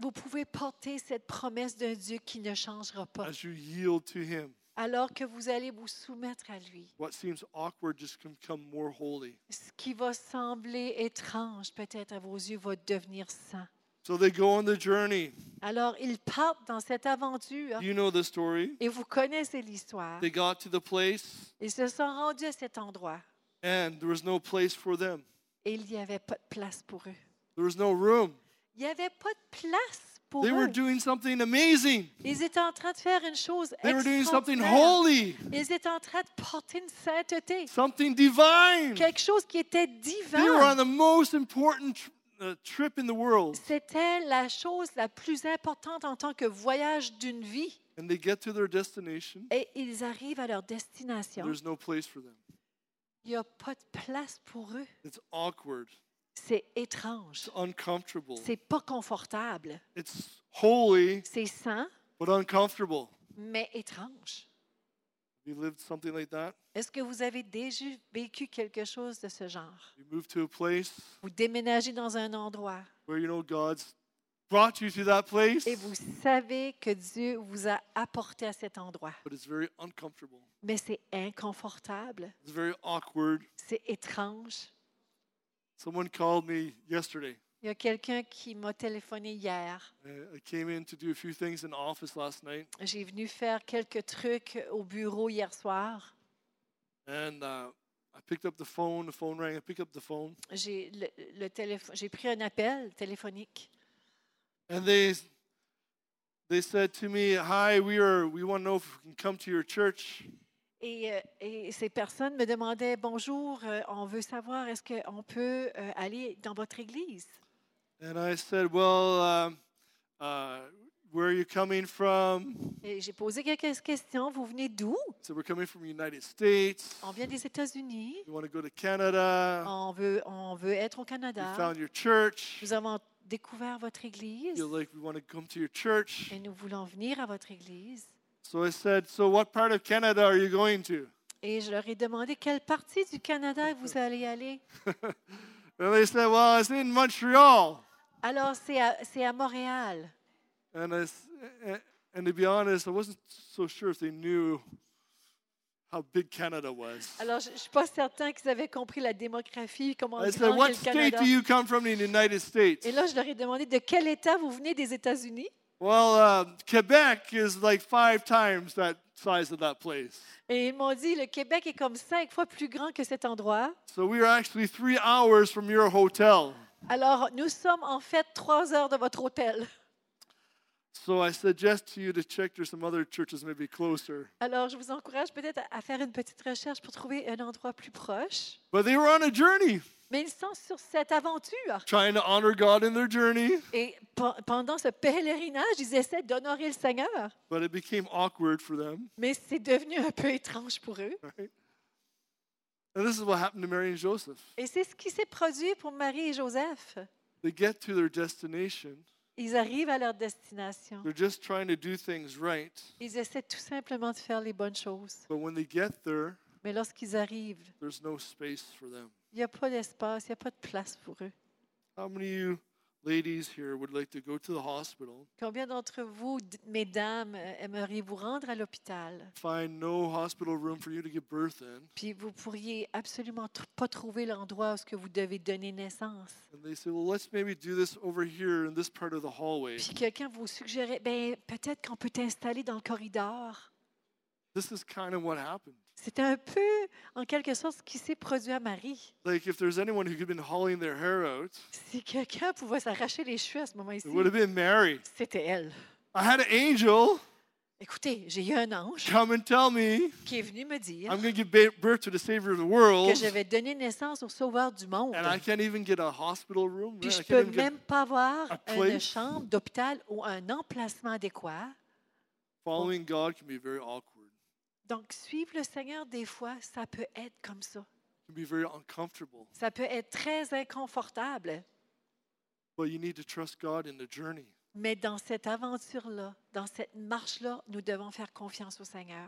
Speaker 5: Vous pouvez porter cette promesse d'un Dieu qui ne changera pas.
Speaker 2: As you yield to Him,
Speaker 5: alors que vous allez vous soumettre à lui.
Speaker 2: what seems awkward just can become more holy.
Speaker 5: Ce qui va sembler étrange peut-être à vos yeux va devenir saint.
Speaker 2: So they go on the journey.
Speaker 5: Alors ils partent dans cette aventure
Speaker 2: You know the story.
Speaker 5: et vous connaissez l'histoire.
Speaker 2: They got to the place,
Speaker 5: Ils se sont rendus à cet endroit
Speaker 2: and there was no place for them.
Speaker 5: et il n'y avait pas de place pour eux.
Speaker 2: There was no room.
Speaker 5: Il n'y avait pas de place pour
Speaker 2: They were
Speaker 5: eux.
Speaker 2: doing something amazing.
Speaker 5: Ils étaient en train de faire une chose
Speaker 2: They were doing something
Speaker 5: extraordinaire.
Speaker 2: holy,
Speaker 5: Ils étaient en train de porter une sainteté,
Speaker 2: something divine.
Speaker 5: quelque chose qui était
Speaker 2: They were on
Speaker 5: divin.
Speaker 2: the most important tr- uh, trip in the world,
Speaker 5: C'était la chose la plus importante en tant que voyage d'une vie.
Speaker 2: and they get to their destination.
Speaker 5: Et ils arrivent à leur destination.
Speaker 2: There's no place for them.
Speaker 5: Il n'y a pas de place pour eux.
Speaker 2: It's awkward.
Speaker 5: C'est
Speaker 2: It's
Speaker 5: étrange.
Speaker 2: uncomfortable.
Speaker 5: C'est pas confortable.
Speaker 2: It's holy
Speaker 5: C'est sain,
Speaker 2: but uncomfortable.
Speaker 5: mais étrange.
Speaker 2: You lived something like that.
Speaker 5: Est-ce que vous avez déjà vécu quelque chose de ce genre?
Speaker 2: You move to a place
Speaker 5: Vous déménagez dans un endroit
Speaker 2: where you know God's brought you to that place,
Speaker 5: et vous savez que Dieu vous a apporté à cet endroit,
Speaker 2: but it's very uncomfortable.
Speaker 5: mais c'est inconfortable,
Speaker 2: It's very awkward.
Speaker 5: c'est étrange.
Speaker 2: Someone called me yesterday.
Speaker 5: Il y a quelqu'un qui m'a téléphoné hier.
Speaker 2: Uh, I came in to do a few things in the office last night,
Speaker 5: J'ai venu faire quelques trucs au bureau hier soir.
Speaker 2: and uh, I picked up the phone. The phone rang. I picked up the phone,
Speaker 5: j'ai le, le téléph- j'ai pris un appel téléphonique.
Speaker 2: and they they said to me, "Hi, we are. We want to know if we can come to your church."
Speaker 5: Et, euh, et ces personnes me demandaient Bonjour, euh, on veut savoir est-ce qu'on peut euh, aller dans votre église
Speaker 2: And I said, "Well, um, uh, where are you coming from?"
Speaker 5: Et j'ai posé quelques questions. Vous venez d'où
Speaker 2: So we're coming from the United States.
Speaker 5: On vient des États-Unis.
Speaker 2: You want to go to Canada?
Speaker 5: On veut, on veut être au
Speaker 2: We
Speaker 5: Canada.
Speaker 2: found your church.
Speaker 5: Nous avons découvert votre église
Speaker 2: You're like, we want to come to your church.
Speaker 5: et nous voulons venir à votre église.
Speaker 2: So I said, "So what part of Canada are you going to?"
Speaker 5: Et je leur ai demandé quelle partie du Canada vous allez aller.
Speaker 2: And they said, "Well, it's in Montreal."
Speaker 5: Alors, c'est à- c'est à Montréal.
Speaker 2: And I, s- a- and to be honest, I wasn't so sure if they knew how big Canada was.
Speaker 5: Alors, je ne suis pas certain qu'ils avaient compris la démographie, comment
Speaker 2: I
Speaker 5: grand
Speaker 2: said,
Speaker 5: est
Speaker 2: "What
Speaker 5: le
Speaker 2: state
Speaker 5: Canada.
Speaker 2: do you come from in the United States?"
Speaker 5: Et là, je leur ai demandé de quel État vous venez des États-Unis.
Speaker 2: Well, uh, Quebec is like five times that size of that place.
Speaker 5: Et ils m'ont dit, le Québec est comme cinq fois plus grand que cet endroit.
Speaker 2: So we are actually three hours from your hotel.
Speaker 5: Alors, nous sommes en fait trois heures de votre hôtel.
Speaker 2: So I suggest to you to check there's some other churches maybe closer.
Speaker 5: Alors, je vous encourage peut-être à- à faire une petite recherche pour trouver un endroit plus proche.
Speaker 2: But they were on a journey,
Speaker 5: Mais ils sont sur cette aventure.
Speaker 2: trying to honor God in their journey,
Speaker 5: Et pe- pendant ce pèlerinage, ils essaient d'honorer le Seigneur.
Speaker 2: but it became awkward for them.
Speaker 5: Mais c'est devenu un peu étrange pour eux.
Speaker 2: Right? And this is what happened to Mary and Joseph.
Speaker 5: Et c'est ce qui s'est produit pour Marie et Joseph.
Speaker 2: They get to their destination.
Speaker 5: Ils arrivent à leur destination.
Speaker 2: They're just trying to do things right.
Speaker 5: Ils essaient tout simplement de faire les bonnes choses.
Speaker 2: But when they get there,
Speaker 5: Mais lorsqu'ils arrivent,
Speaker 2: there's no space for them.
Speaker 5: il n'y a pas d'espace, il n'y a pas de place pour eux.
Speaker 2: How many of you ladies here would like to go to the hospital,
Speaker 5: Combien d'entre vous, d- mesdames, euh, aimeriez vous rendre à l'hôpital?
Speaker 2: find no hospital room for you to give birth in?
Speaker 5: Puis vous pourriez absolument tr- pas trouver l'endroit où ce que vous devez donner naissance.
Speaker 2: And they say, well, let's maybe do this over here in this part of the hallway.
Speaker 5: Puis quelqu'un vous suggérait, ben peut-être qu'on peut t'installer dans le corridor.
Speaker 2: This is kind of what happened.
Speaker 5: C'était un peu, en quelque sorte, ce qui s'est produit à Marie.
Speaker 2: Like, if there's anyone who could have been hauling their hair out,
Speaker 5: Si quelqu'un pouvait s'arracher les cheveux à ce moment ici,
Speaker 2: it would have been Mary.
Speaker 5: c'était elle.
Speaker 2: I had an angel
Speaker 5: Écoutez, j'ai eu un ange
Speaker 2: come and tell me
Speaker 5: qui est venu me dire
Speaker 2: I'm going to give ba- birth to the Savior of the
Speaker 5: que
Speaker 2: world,
Speaker 5: je vais donner naissance au Sauveur du monde.
Speaker 2: and I can't even get a hospital room.
Speaker 5: Puis
Speaker 2: right?
Speaker 5: je
Speaker 2: I
Speaker 5: peux
Speaker 2: can't even get
Speaker 5: même pas avoir
Speaker 2: a
Speaker 5: une
Speaker 2: place.
Speaker 5: chambre d'hôpital ou un emplacement adéquat.
Speaker 2: Following God can be very awkward,
Speaker 5: Donc, suivre le Seigneur, des fois, ça peut être comme ça.
Speaker 2: can be very uncomfortable,
Speaker 5: Ça peut être très inconfortable.
Speaker 2: but you need to trust God in the journey.
Speaker 5: Mais dans cette aventure-là, dans cette marche-là, nous devons faire confiance au Seigneur.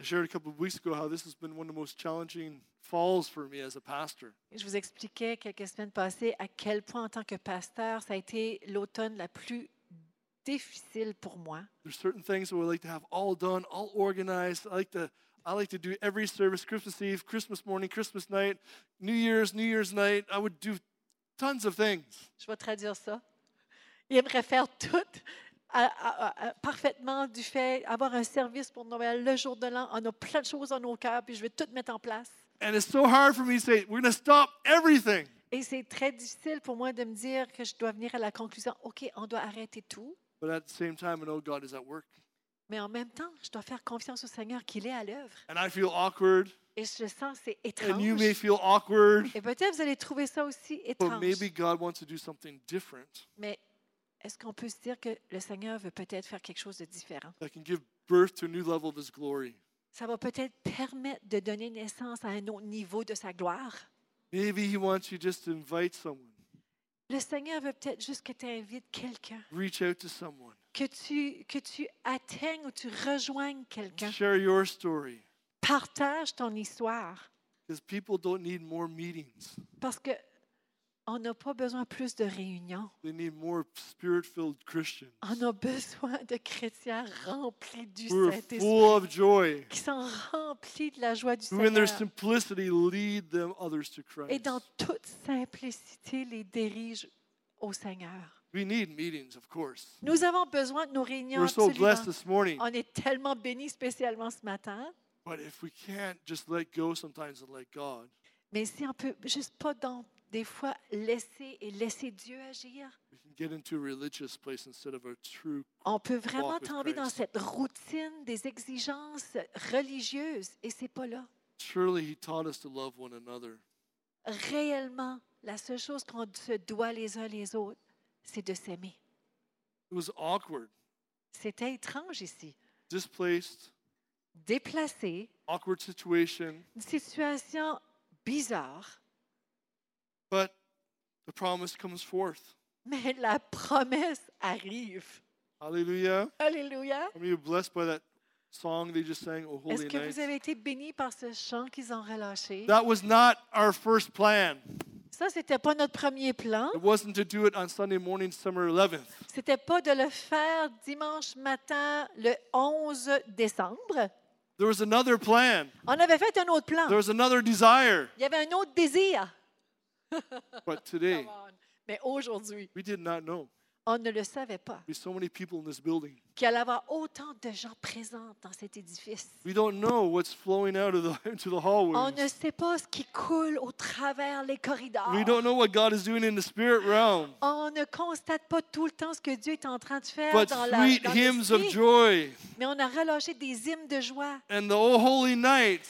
Speaker 2: I shared a couple of weeks ago how this has been one of the most challenging falls for me as a pastor.
Speaker 5: Je vous expliquais quelques semaines passées à quel point, en tant que pasteur, ça a été l'automne la plus difficile pour moi.
Speaker 2: There's certain things that we like to have all done, all organized. I like to I like to do every service, Christmas Eve, Christmas morning, Christmas night, New Year's, New Year's night. I would do tons of things.
Speaker 5: Je vais traduire ça. Il aimerait faire tout à- à- à- parfaitement du fait, avoir un service pour Noël le jour de l'an. On a plein de choses dans nos cœurs, puis je vais tout mettre en place.
Speaker 2: And it's so hard for me to say, we're gonna stop everything.
Speaker 5: Et c'est très difficile pour moi de me dire que je dois venir à la conclusion, OK, on doit arrêter tout,
Speaker 2: But at the same time, I know God is at work.
Speaker 5: mais en même temps, je dois faire confiance au Seigneur qu'il est à l'œuvre.
Speaker 2: And I feel awkward,
Speaker 5: Et je sens c'est
Speaker 2: and you may
Speaker 5: étrange.
Speaker 2: feel awkward.
Speaker 5: Et peut-être vous allez trouver ça aussi
Speaker 2: But
Speaker 5: étrange.
Speaker 2: maybe God wants to do something different
Speaker 5: Mais est-ce qu'on peut se dire que le Seigneur veut peut-être faire quelque chose de différent?
Speaker 2: that can give birth to a new level of his glory.
Speaker 5: Ça va peut-être permettre de donner naissance à un autre niveau de sa gloire.
Speaker 2: Maybe he wants you just to invite someone,
Speaker 5: Le Seigneur veut peut-être juste que tu invites quelqu'un,
Speaker 2: reach out to someone,
Speaker 5: que tu, que tu atteignes ou tu rejoignes quelqu'un.
Speaker 2: share your story.
Speaker 5: Partage ton histoire
Speaker 2: Because people don't need more meetings.
Speaker 5: parce que on n'a pas besoin plus de réunions.
Speaker 2: They need more spirit filled Christians
Speaker 5: On a besoin de chrétiens remplis du
Speaker 2: who are
Speaker 5: Saint-Esprit,
Speaker 2: full of joy,
Speaker 5: qui sont remplis de la joie du
Speaker 2: who in their
Speaker 5: Seigneur.
Speaker 2: simplicity lead them others to
Speaker 5: et
Speaker 2: Christ.
Speaker 5: dans toute simplicité les dirige au Seigneur.
Speaker 2: We need meetings, of course.
Speaker 5: Nous avons besoin de nos réunions
Speaker 2: We're so blessed
Speaker 5: absolument.
Speaker 2: this morning.
Speaker 5: On est tellement bénis spécialement ce matin,
Speaker 2: But if we can't just let go sometimes and let God,
Speaker 5: mais si on peut juste pas dans des fois laisser et laisser Dieu agir,
Speaker 2: we can get into a religious place instead of a true.
Speaker 5: on peut vraiment
Speaker 2: Walk with
Speaker 5: tomber dans
Speaker 2: Christ.
Speaker 5: cette routine des exigences religieuses et c'est pas là.
Speaker 2: Surely He taught us to love one another.
Speaker 5: Réellement, la seule chose qu'on se doit les uns les autres, c'est de s'aimer.
Speaker 2: It was awkward,
Speaker 5: C'était étrange ici,
Speaker 2: displaced,
Speaker 5: déplacé,
Speaker 2: awkward situation.
Speaker 5: une situation bizarre,
Speaker 2: But the promise comes forth.
Speaker 5: mais la promesse arrive.
Speaker 2: Hallelujah.
Speaker 5: Alléluia.
Speaker 2: Are you blessed by that song they just sang, O
Speaker 5: Est-ce
Speaker 2: Holy
Speaker 5: que vous
Speaker 2: Night?
Speaker 5: avez été bénis par ce chant qu'ils ont relâché?
Speaker 2: That was not our first plan.
Speaker 5: Ça, c'était pas notre premier plan.
Speaker 2: It wasn't to do it on Sunday morning, summer 11th.
Speaker 5: C'était pas de le faire dimanche matin, le 11 décembre.
Speaker 2: There was another plan.
Speaker 5: On avait fait un autre plan.
Speaker 2: There was another desire.
Speaker 5: Il y avait un autre désir.
Speaker 2: But today,
Speaker 5: Mais aujourd'hui,
Speaker 2: we did not know.
Speaker 5: On ne le savait pas
Speaker 2: There's so many people in this building.
Speaker 5: qu'il allait y avoir autant de gens présents dans cet édifice.
Speaker 2: We don't know what's flowing out of the into the
Speaker 5: On
Speaker 2: hallways.
Speaker 5: ne sait pas ce qui coule au travers les corridors.
Speaker 2: We don't know what God is doing in the spirit realm.
Speaker 5: On ne constate pas tout le temps ce que Dieu est en train de faire
Speaker 2: But
Speaker 5: dans la
Speaker 2: sweet
Speaker 5: dans
Speaker 2: hymns of
Speaker 5: l'esprit,
Speaker 2: joy
Speaker 5: mais on a relâché des hymnes de joie
Speaker 2: and the oh holy night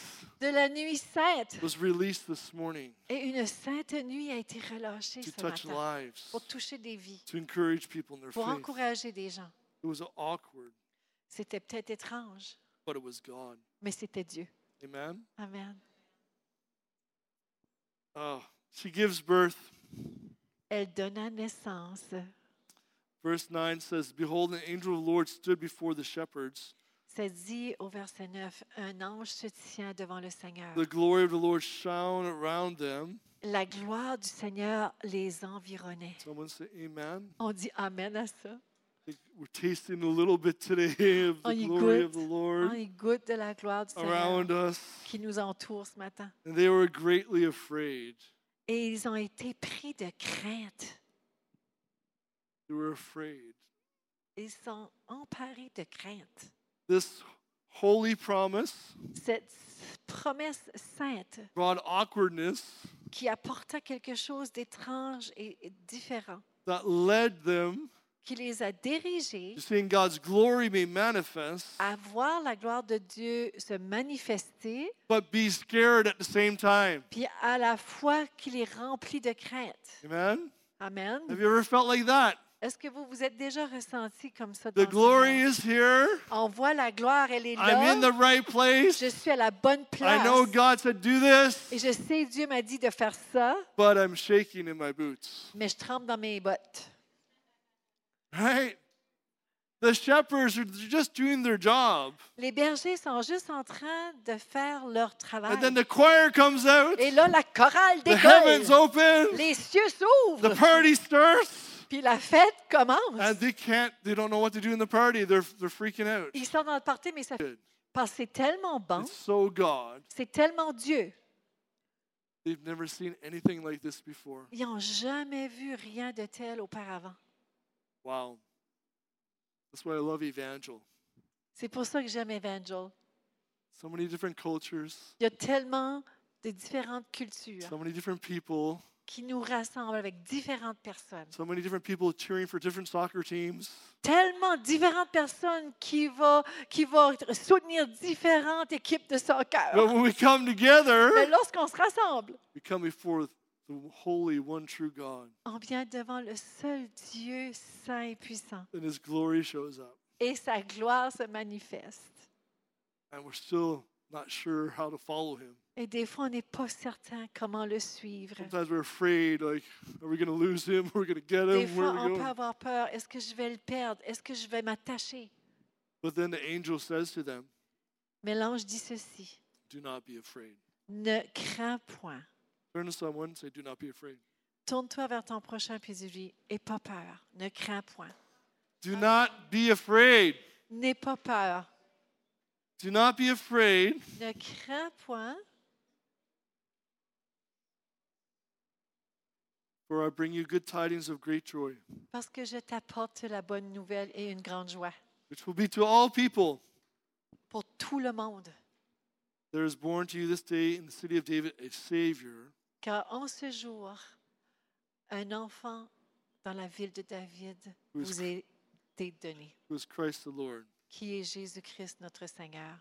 Speaker 5: de la nuit sainte.
Speaker 2: was released this morning
Speaker 5: Et une sainte nuit a été relâchée
Speaker 2: to
Speaker 5: ce
Speaker 2: touch
Speaker 5: matin
Speaker 2: lives,
Speaker 5: pour toucher des vies,
Speaker 2: to encourage people in their
Speaker 5: pour
Speaker 2: faith.
Speaker 5: encourager des gens.
Speaker 2: It was awkward,
Speaker 5: C'était peut-être étrange,
Speaker 2: but it was God.
Speaker 5: mais c'était Dieu.
Speaker 2: Amen.
Speaker 5: Amen.
Speaker 2: Oh, she gives birth.
Speaker 5: Elle donna naissance.
Speaker 2: Verse 9 says, Behold, an angel of the Lord stood before the shepherds.
Speaker 5: Ça dit au verset 9, un ange se tient devant le Seigneur.
Speaker 2: The glory of the Lord shone around them.
Speaker 5: La gloire du Seigneur les environnait.
Speaker 2: Someone say, Amen.
Speaker 5: On dit Amen à ça.
Speaker 2: think We're tasting a little bit today of the
Speaker 5: Are you
Speaker 2: glory of the
Speaker 5: good?
Speaker 2: Lord
Speaker 5: On y goûte Hein, de la gloire du Seigneur
Speaker 2: around us.
Speaker 5: qui nous entoure ce matin.
Speaker 2: And they were greatly afraid.
Speaker 5: Et ils ont été pris de crainte.
Speaker 2: They were afraid.
Speaker 5: Ils sont emparés de crainte.
Speaker 2: This holy promise
Speaker 5: Cette promesse sainte
Speaker 2: brought awkwardness
Speaker 5: qui apporta quelque chose d'étrange et et différent,
Speaker 2: that led them
Speaker 5: qui les a dirigés
Speaker 2: to seeing God's glory may manifest,
Speaker 5: à voir la gloire de Dieu se manifester,
Speaker 2: but be scared at the same time.
Speaker 5: puis à la fois qui les remplit de crainte.
Speaker 2: Amen?
Speaker 5: Amen.
Speaker 2: Have you ever felt like that?
Speaker 5: Est-ce que vous vous êtes déjà ressenti comme ça?
Speaker 2: The
Speaker 5: dans le
Speaker 2: glory
Speaker 5: Seigneur?
Speaker 2: is here.
Speaker 5: On voit la gloire, elle est
Speaker 2: I'm in
Speaker 5: là.
Speaker 2: the right place.
Speaker 5: Je suis à la bonne
Speaker 2: I know
Speaker 5: place.
Speaker 2: God said do this,
Speaker 5: Et je sais, Dieu m'a dit de faire ça,
Speaker 2: but I'm shaking in my boots.
Speaker 5: mais je trempe dans mes bottes.
Speaker 2: Right? The shepherds are just doing their job.
Speaker 5: Les bergers sont juste en train de faire leur travail.
Speaker 2: And then the choir comes out.
Speaker 5: Et là, la chorale
Speaker 2: The heavens
Speaker 5: décolle.
Speaker 2: open.
Speaker 5: Les cieux
Speaker 2: The
Speaker 5: s'ouvrent.
Speaker 2: party starts.
Speaker 5: Puis la fête
Speaker 2: And
Speaker 5: commence.
Speaker 2: they can't, they don't know what to do in the party. They're, they're freaking out.
Speaker 5: Ils sont dans le party, mais ça
Speaker 2: Good.
Speaker 5: parce que c'est tellement bon,
Speaker 2: It's so God.
Speaker 5: c'est tellement Dieu.
Speaker 2: They've never seen anything like this before.
Speaker 5: Ils n'ont jamais vu rien de tel auparavant.
Speaker 2: Wow. That's why I love Evangel.
Speaker 5: C'est pour ça que j'aime Evangel.
Speaker 2: So many different cultures,
Speaker 5: Il y a tellement de différentes cultures
Speaker 2: so many different people.
Speaker 5: qui nous rassemblent avec différentes personnes.
Speaker 2: So many different people cheering for different soccer teams.
Speaker 5: Tellement différentes personnes qui vont qui va soutenir différentes équipes de
Speaker 2: But
Speaker 5: soccer.
Speaker 2: when we come
Speaker 5: Mais
Speaker 2: together,
Speaker 5: lorsqu'on se rassemble,
Speaker 2: we come before the holy, one true God,
Speaker 5: on vient devant le seul Dieu saint et puissant.
Speaker 2: and His glory shows up.
Speaker 5: Et sa gloire se manifeste.
Speaker 2: And we're still not sure how to follow Him.
Speaker 5: Et des fois, on n'est pas certain comment le suivre.
Speaker 2: Sometimes we're afraid, like, are we going to lose Him? Are we going to get
Speaker 5: Des
Speaker 2: Him? Where
Speaker 5: fois,
Speaker 2: are we
Speaker 5: on peut
Speaker 2: going?
Speaker 5: avoir peur. Est-ce que je vais le perdre? Est-ce que je vais m'attacher?
Speaker 2: But then the angel says to them,
Speaker 5: Mais l'ange dit ceci.
Speaker 2: Do not be afraid.
Speaker 5: Ne crains point.
Speaker 2: Turn to someone and say, Do not be afraid.
Speaker 5: Tourne-toi vers ton prochain puis dis-lui, aie pas peur, ne crains point.
Speaker 2: Do not be afraid.
Speaker 5: N'aie pas peur,
Speaker 2: Do not be afraid.
Speaker 5: ne crains point,
Speaker 2: For I bring you good tidings of great joy,
Speaker 5: parce que je t'apporte la bonne nouvelle et une grande joie.
Speaker 2: which will be to all people.
Speaker 5: Pour tout le monde,
Speaker 2: There is born to you this day in the city of David a Savior,
Speaker 5: car en ce jour, un enfant dans la ville de David
Speaker 2: Oui,
Speaker 5: vous
Speaker 2: c'est-
Speaker 5: est été donné,
Speaker 2: who is Christ the Lord.
Speaker 5: qui est Jésus-Christ notre Seigneur.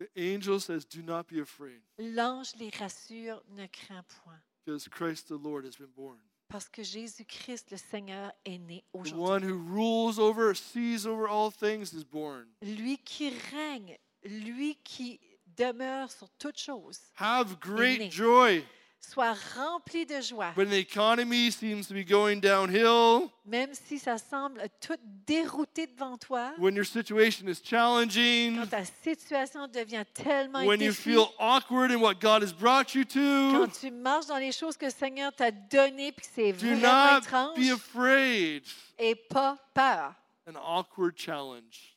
Speaker 2: The angel says, Do not be afraid,
Speaker 5: L'ange les rassure, ne crains point,
Speaker 2: because Christ the Lord has been born.
Speaker 5: parce que Jésus-Christ le Seigneur est né
Speaker 2: The
Speaker 5: aujourd'hui.
Speaker 2: one who rules over, sees over all things is born.
Speaker 5: Lui qui règne, lui qui demeure sur toutes choses,
Speaker 2: Have
Speaker 5: Amen.
Speaker 2: great joy.
Speaker 5: soit rempli de joie,
Speaker 2: When the economy seems to be going downhill,
Speaker 5: même si ça semble tout dérouté devant toi,
Speaker 2: when your situation is challenging,
Speaker 5: quand ta situation devient tellement
Speaker 2: when you
Speaker 5: défi,
Speaker 2: feel awkward in what God has brought you
Speaker 5: quand
Speaker 2: to,
Speaker 5: tu marches dans les choses que le Seigneur t'a données puis que c'est
Speaker 2: do
Speaker 5: vraiment
Speaker 2: not be
Speaker 5: étrange,
Speaker 2: afraid.
Speaker 5: et pas peur
Speaker 2: An awkward challenge.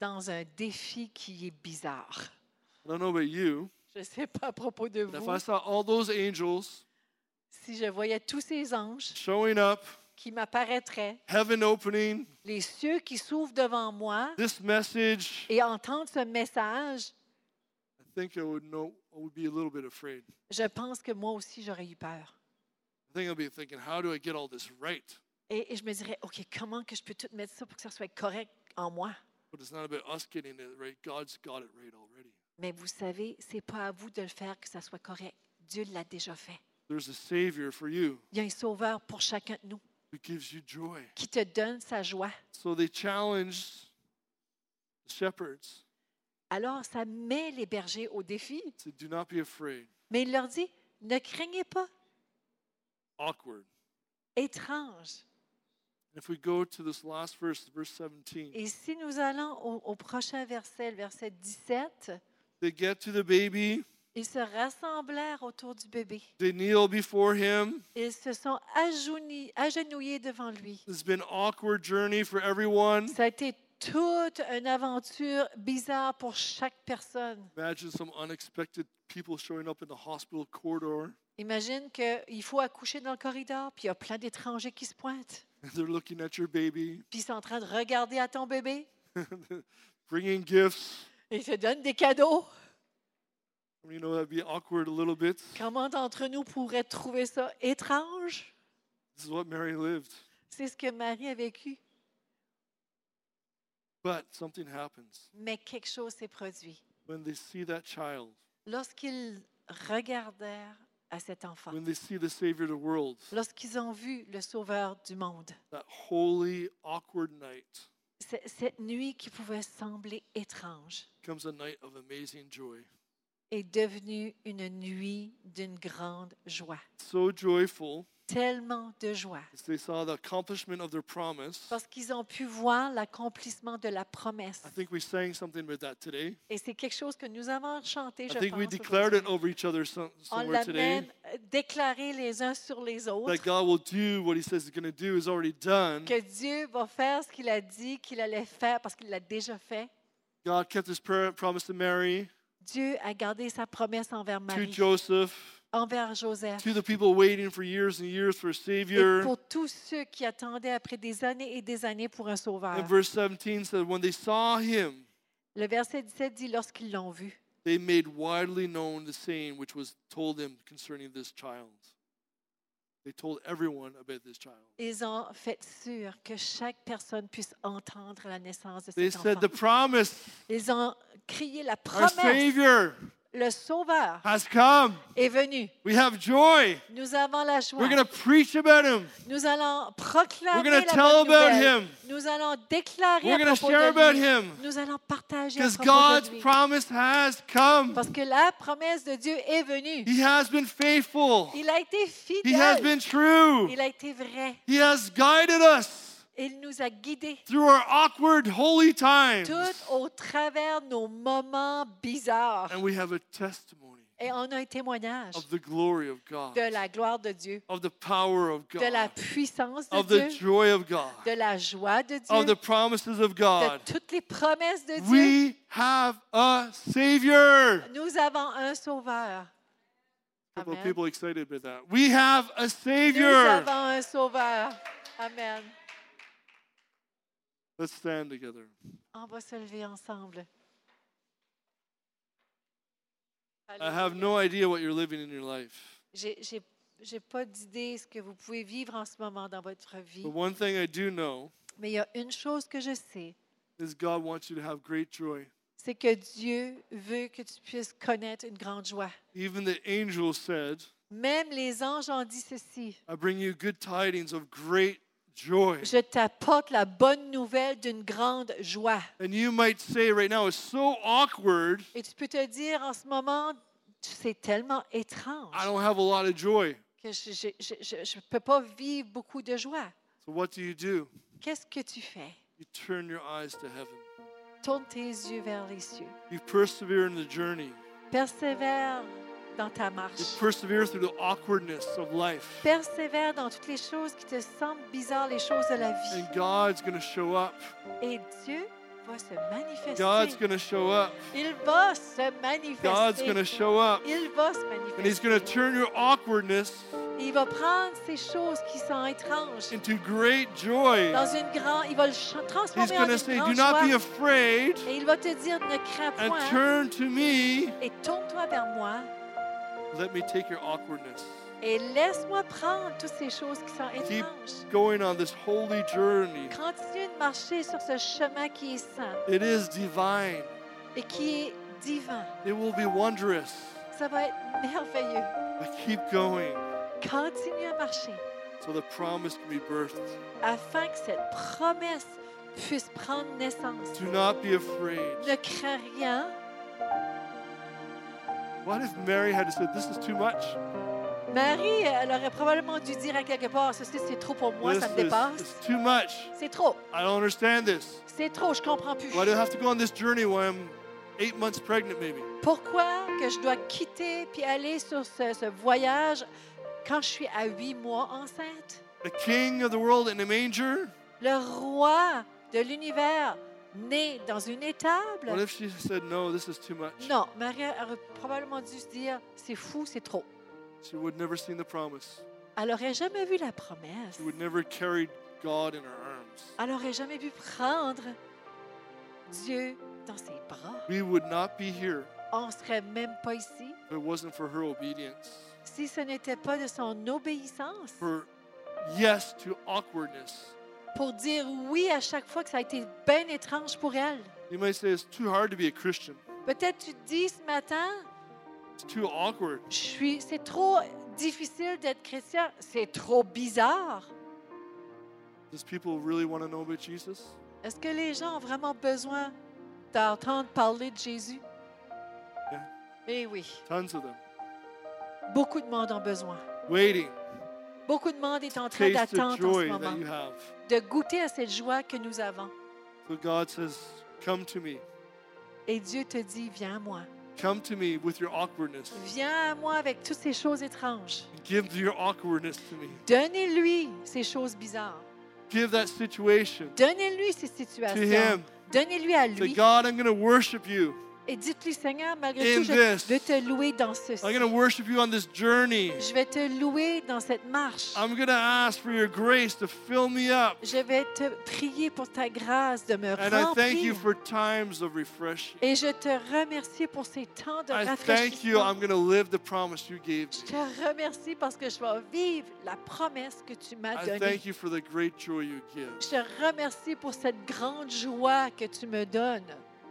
Speaker 5: dans un défi qui est bizarre.
Speaker 2: I don't know about you,
Speaker 5: Je ne sais pas à propos de
Speaker 2: but if I
Speaker 5: vous,
Speaker 2: saw all those angels
Speaker 5: si je voyais tous ces anges
Speaker 2: showing up
Speaker 5: qui m'apparaîtraient,
Speaker 2: heaven opening,
Speaker 5: les cieux qui s'ouvrent devant moi
Speaker 2: this message,
Speaker 5: et entendre ce message,
Speaker 2: I think I would know I would be a little bit afraid.
Speaker 5: je pense que moi aussi, j'aurais eu peur.
Speaker 2: I think I'll be thinking, how do I get all this right?
Speaker 5: Et, et je me dirais, OK, comment que je peux tout mettre ça pour que ça soit correct en moi?
Speaker 2: But it's not about us getting it right. God's got it right already.
Speaker 5: Mais vous savez, c'est pas à vous de le faire que ça soit correct. Dieu l'a déjà fait.
Speaker 2: There's a Savior for you
Speaker 5: Il y a un sauveur pour chacun de nous
Speaker 2: who gives you joy.
Speaker 5: qui te donne sa joie.
Speaker 2: So they challenge the shepherds.
Speaker 5: Alors, ça met les bergers au défi,
Speaker 2: Said, do not be afraid.
Speaker 5: mais il leur dit, ne craignez pas,
Speaker 2: Awkward.
Speaker 5: étrange.
Speaker 2: If we go to this last verse, verse 17,
Speaker 5: Et si nous allons au, au prochain verset, le verset 17,
Speaker 2: they get to the baby,
Speaker 5: ils se rassemblèrent autour du bébé.
Speaker 2: they kneel before him.
Speaker 5: Ils se sont agenouillés, agenouillés devant lui.
Speaker 2: It's been awkward journey for everyone.
Speaker 5: Ça a été toute une aventure bizarre pour chaque personne.
Speaker 2: Imagine some unexpected people showing up in the hospital corridor
Speaker 5: Imagine qu'il faut accoucher dans le corridor, puis il y a plein d'étrangers qui se pointent,
Speaker 2: and they're looking at your baby,
Speaker 5: puis ils sont en train de regarder à ton bébé.
Speaker 2: bringing gifts.
Speaker 5: Et ils te donnent des cadeaux.
Speaker 2: You know, that'd be awkward a little bit.
Speaker 5: Comment d'entre nous pourrait trouver ça étrange?
Speaker 2: This is what Mary lived.
Speaker 5: C'est ce que Marie a vécu.
Speaker 2: But something happens
Speaker 5: Mais quelque chose s'est produit.
Speaker 2: when they see that child,
Speaker 5: Lorsqu'ils regardèrent à cet enfant,
Speaker 2: when they see the Savior of the world,
Speaker 5: lorsqu'ils ont vu le Sauveur du monde,
Speaker 2: that holy, awkward night
Speaker 5: c- cette nuit qui pouvait sembler étrange
Speaker 2: comes a night of amazing joy.
Speaker 5: est devenue une nuit d'une grande joie.
Speaker 2: So joyful
Speaker 5: Tellement de joie.
Speaker 2: as they saw the accomplishment of their promise.
Speaker 5: parce qu'ils ont pu voir l'accomplissement de la promesse.
Speaker 2: I think we sang something about that today.
Speaker 5: Et c'est quelque chose que nous avons chanté, je
Speaker 2: I think we
Speaker 5: pense.
Speaker 2: declared it
Speaker 5: aujourd'hui.
Speaker 2: over each other some,
Speaker 5: On
Speaker 2: somewhere
Speaker 5: l'a
Speaker 2: today.
Speaker 5: même euh, déclaré les uns sur les autres
Speaker 2: That God will do what He says He's going to do is already done.
Speaker 5: que Dieu va faire ce qu'il a dit qu'il allait faire parce qu'il l'a déjà fait.
Speaker 2: God kept His prayer, promise to Mary,
Speaker 5: Dieu a gardé sa promesse envers
Speaker 2: to
Speaker 5: Marie,
Speaker 2: Joseph,
Speaker 5: envers Joseph,
Speaker 2: to the people waiting for years and years for a
Speaker 5: et
Speaker 2: Savior.
Speaker 5: pour tous ceux qui attendaient après des années et des années pour un sauveur.
Speaker 2: And verse 17 says, When they saw Him,
Speaker 5: Le verset 17 dit lorsqu'ils l'ont vu.
Speaker 2: they made widely known the saying which was told them concerning this child. They told everyone about this child.
Speaker 5: Ils ont fait sûr que chaque personne puisse entendre la naissance de
Speaker 2: They
Speaker 5: cet
Speaker 2: said,
Speaker 5: enfant.
Speaker 2: The promise,
Speaker 5: Ils ont crié la
Speaker 2: our
Speaker 5: promesse.
Speaker 2: Savior
Speaker 5: Le Sauveur
Speaker 2: has come.
Speaker 5: est venu.
Speaker 2: We have joy.
Speaker 5: Nous avons la joie.
Speaker 2: We're going to preach about Him.
Speaker 5: Nous allons
Speaker 2: We're
Speaker 5: proclamer
Speaker 2: going
Speaker 5: la
Speaker 2: to tell
Speaker 5: bonne
Speaker 2: about
Speaker 5: nouvelle.
Speaker 2: Him
Speaker 5: Nous allons déclarer
Speaker 2: We're
Speaker 5: à
Speaker 2: gonna
Speaker 5: propos
Speaker 2: share about
Speaker 5: de
Speaker 2: him.
Speaker 5: lui. Nous allons partager à
Speaker 2: because
Speaker 5: propos
Speaker 2: God's
Speaker 5: de lui.
Speaker 2: promise has come.
Speaker 5: Parce que la promesse de Dieu est venue.
Speaker 2: He has been faithful,
Speaker 5: Il a été
Speaker 2: He has
Speaker 5: fidèle.
Speaker 2: been true,
Speaker 5: Il a été vrai.
Speaker 2: He has guided us.
Speaker 5: Il nous a guidés
Speaker 2: through our awkward holy times.
Speaker 5: tout au travers de nos moments bizarres.
Speaker 2: And we have a testimony
Speaker 5: Et on a un témoignage
Speaker 2: of the glory of God,
Speaker 5: de la gloire de Dieu,
Speaker 2: of the power of
Speaker 5: de la
Speaker 2: God,
Speaker 5: puissance de
Speaker 2: of the
Speaker 5: Dieu,
Speaker 2: joy of God,
Speaker 5: de la joie de
Speaker 2: of
Speaker 5: Dieu.
Speaker 2: the promises of
Speaker 5: de
Speaker 2: God.
Speaker 5: toutes les promesses de Dieu,
Speaker 2: We have a Savior.
Speaker 5: nous avons un Sauveur.
Speaker 2: A couple of
Speaker 5: Amen.
Speaker 2: people excited about that. We have a
Speaker 5: Nous
Speaker 2: Savior.
Speaker 5: avons un Sauveur. Amen.
Speaker 2: Let's stand together.
Speaker 5: On va se lever ensemble.
Speaker 2: I have no idea what you're living in your life.
Speaker 5: J'ai j'ai- j'ai pas d'idée ce que vous pouvez vivre en ce moment dans votre vie,
Speaker 2: But one thing I do know
Speaker 5: mais il y a une chose que je sais,
Speaker 2: is God wants you to have great joy.
Speaker 5: c'est que Dieu veut que tu puisses connaître une grande joie.
Speaker 2: Even the angel said,
Speaker 5: Même les anges ont dit ceci.
Speaker 2: I bring you good tidings of great joy.
Speaker 5: Je t'apporte la bonne nouvelle d'une grande joie.
Speaker 2: And you might say right now, it's so awkward.
Speaker 5: Et tu peux te dire en ce moment, c'est tellement étrange
Speaker 2: I don't have a lot of joy.
Speaker 5: que je ne peux pas vivre beaucoup de joie.
Speaker 2: So what do you do?
Speaker 5: Qu'est-ce que tu fais?
Speaker 2: You turn your eyes to heaven.
Speaker 5: Tourne tes yeux vers les cieux.
Speaker 2: You persevere in the journey.
Speaker 5: Persévère dans ta
Speaker 2: You
Speaker 5: marche.
Speaker 2: persevere through the awkwardness of life.
Speaker 5: Persévère dans toutes les choses qui te semblent bizarres, les choses de la vie.
Speaker 2: And God's going to show up.
Speaker 5: Et Dieu va se
Speaker 2: God's
Speaker 5: manifester.
Speaker 2: going to show up.
Speaker 5: Il va se
Speaker 2: God's going to
Speaker 5: manifester.
Speaker 2: show up.
Speaker 5: Il va se
Speaker 2: And He's going to
Speaker 5: manifester.
Speaker 2: turn your awkwardness
Speaker 5: Et il va prendre ces choses qui sont étranges
Speaker 2: into great joy.
Speaker 5: dans une grande. Il va le ch-
Speaker 2: He's
Speaker 5: transformer en
Speaker 2: going to
Speaker 5: une
Speaker 2: say, Do
Speaker 5: grande
Speaker 2: not be
Speaker 5: joie.
Speaker 2: afraid
Speaker 5: Et il va te dire ne crains
Speaker 2: and
Speaker 5: point
Speaker 2: turn to me.
Speaker 5: et tourne-toi vers moi
Speaker 2: Let me take your awkwardness.
Speaker 5: et laisse-moi prendre toutes ces choses qui sont étranges.
Speaker 2: Going on this holy journey,
Speaker 5: Continue de marcher sur ce chemin qui est saint
Speaker 2: it is divine,
Speaker 5: et qui est divin.
Speaker 2: it will be wondrous.
Speaker 5: Ça va être merveilleux.
Speaker 2: But keep going
Speaker 5: Continue à marcher
Speaker 2: so the promise can be birthed.
Speaker 5: afin que cette promesse puisse prendre naissance.
Speaker 2: Do not be afraid.
Speaker 5: Ne crains rien.
Speaker 2: What if Mary had said, This is too much?
Speaker 5: Marie, elle aurait probablement dû dire à quelque part, ceci c'est trop pour moi,
Speaker 2: This
Speaker 5: ça me
Speaker 2: is it's
Speaker 5: dépasse.
Speaker 2: too much.
Speaker 5: C'est trop,
Speaker 2: I don't understand this.
Speaker 5: c'est trop, je comprends plus.
Speaker 2: Why do I have to go on this journey when I'm eight months pregnant, maybe?
Speaker 5: Pourquoi que je dois quitter puis aller sur ce, ce voyage quand je suis à huit mois enceinte?
Speaker 2: The king of the world in a manger?
Speaker 5: Le roi de l'univers né dans une
Speaker 2: What
Speaker 5: étable?
Speaker 2: if she said, No, this is too much?
Speaker 5: Non, Marie aurait probablement dû se dire, c'est fou, c'est trop.
Speaker 2: She would never seen the promise.
Speaker 5: Elle n'aurait jamais vu la promesse.
Speaker 2: She would never carried God in her arms.
Speaker 5: Elle n'aurait jamais pu prendre Dieu dans ses bras.
Speaker 2: We would not be here
Speaker 5: On ne serait même pas ici
Speaker 2: if it wasn't for her obedience.
Speaker 5: si ce n'était pas de son obéissance
Speaker 2: Her yes to awkwardness.
Speaker 5: pour dire oui à chaque fois que ça a été bien étrange pour elle.
Speaker 2: You might say it's too hard to be a Christian.
Speaker 5: Peut-être tu te dis ce matin,
Speaker 2: It's too awkward.
Speaker 5: je suis, c'est trop difficile d'être chrétien, c'est trop bizarre.
Speaker 2: Does people really want to know about Jesus?
Speaker 5: Est-ce que les gens ont vraiment besoin d'entendre parler de Jésus?
Speaker 2: Yeah.
Speaker 5: Eh oui,
Speaker 2: Tons of them.
Speaker 5: beaucoup de monde en besoin.
Speaker 2: Waiting.
Speaker 5: Beaucoup de monde est en train
Speaker 2: Taste the
Speaker 5: d'attendre en ce
Speaker 2: joy ben, that you
Speaker 5: moment,
Speaker 2: have.
Speaker 5: de goûter à cette joie que nous avons.
Speaker 2: So God says, Come to me.
Speaker 5: Et Dieu te dit, viens à moi.
Speaker 2: Come to me with your awkwardness.
Speaker 5: Viens à moi avec toutes ces choses étranges.
Speaker 2: Give your awkwardness to me.
Speaker 5: Donnez-lui ces choses bizarres.
Speaker 2: Give that situation
Speaker 5: Donnez-lui ces
Speaker 2: to Him.
Speaker 5: situations. Donnez-lui à
Speaker 2: Say,
Speaker 5: lui.
Speaker 2: God, I'm going to worship you.
Speaker 5: Et dites-lui, Seigneur, malgré
Speaker 2: In
Speaker 5: tout, je
Speaker 2: this,
Speaker 5: vais te louer dans ceci.
Speaker 2: I'm going to worship you on this journey.
Speaker 5: Je vais te louer dans cette marche.
Speaker 2: I'm going to ask for your grace to fill me up.
Speaker 5: Je vais te prier pour ta grâce de me
Speaker 2: And I thank you
Speaker 5: remplir.
Speaker 2: for times of refreshing.
Speaker 5: Et je te remercie pour ces temps de
Speaker 2: I thank you.
Speaker 5: rafraîchissement.
Speaker 2: I'm going to live the promise you gave
Speaker 5: Je
Speaker 2: me.
Speaker 5: te remercie parce que je vais vivre la promesse que tu m'as
Speaker 2: I
Speaker 5: donnée.
Speaker 2: thank you for the great joy you give.
Speaker 5: Je te remercie pour cette grande joie que tu me donnes.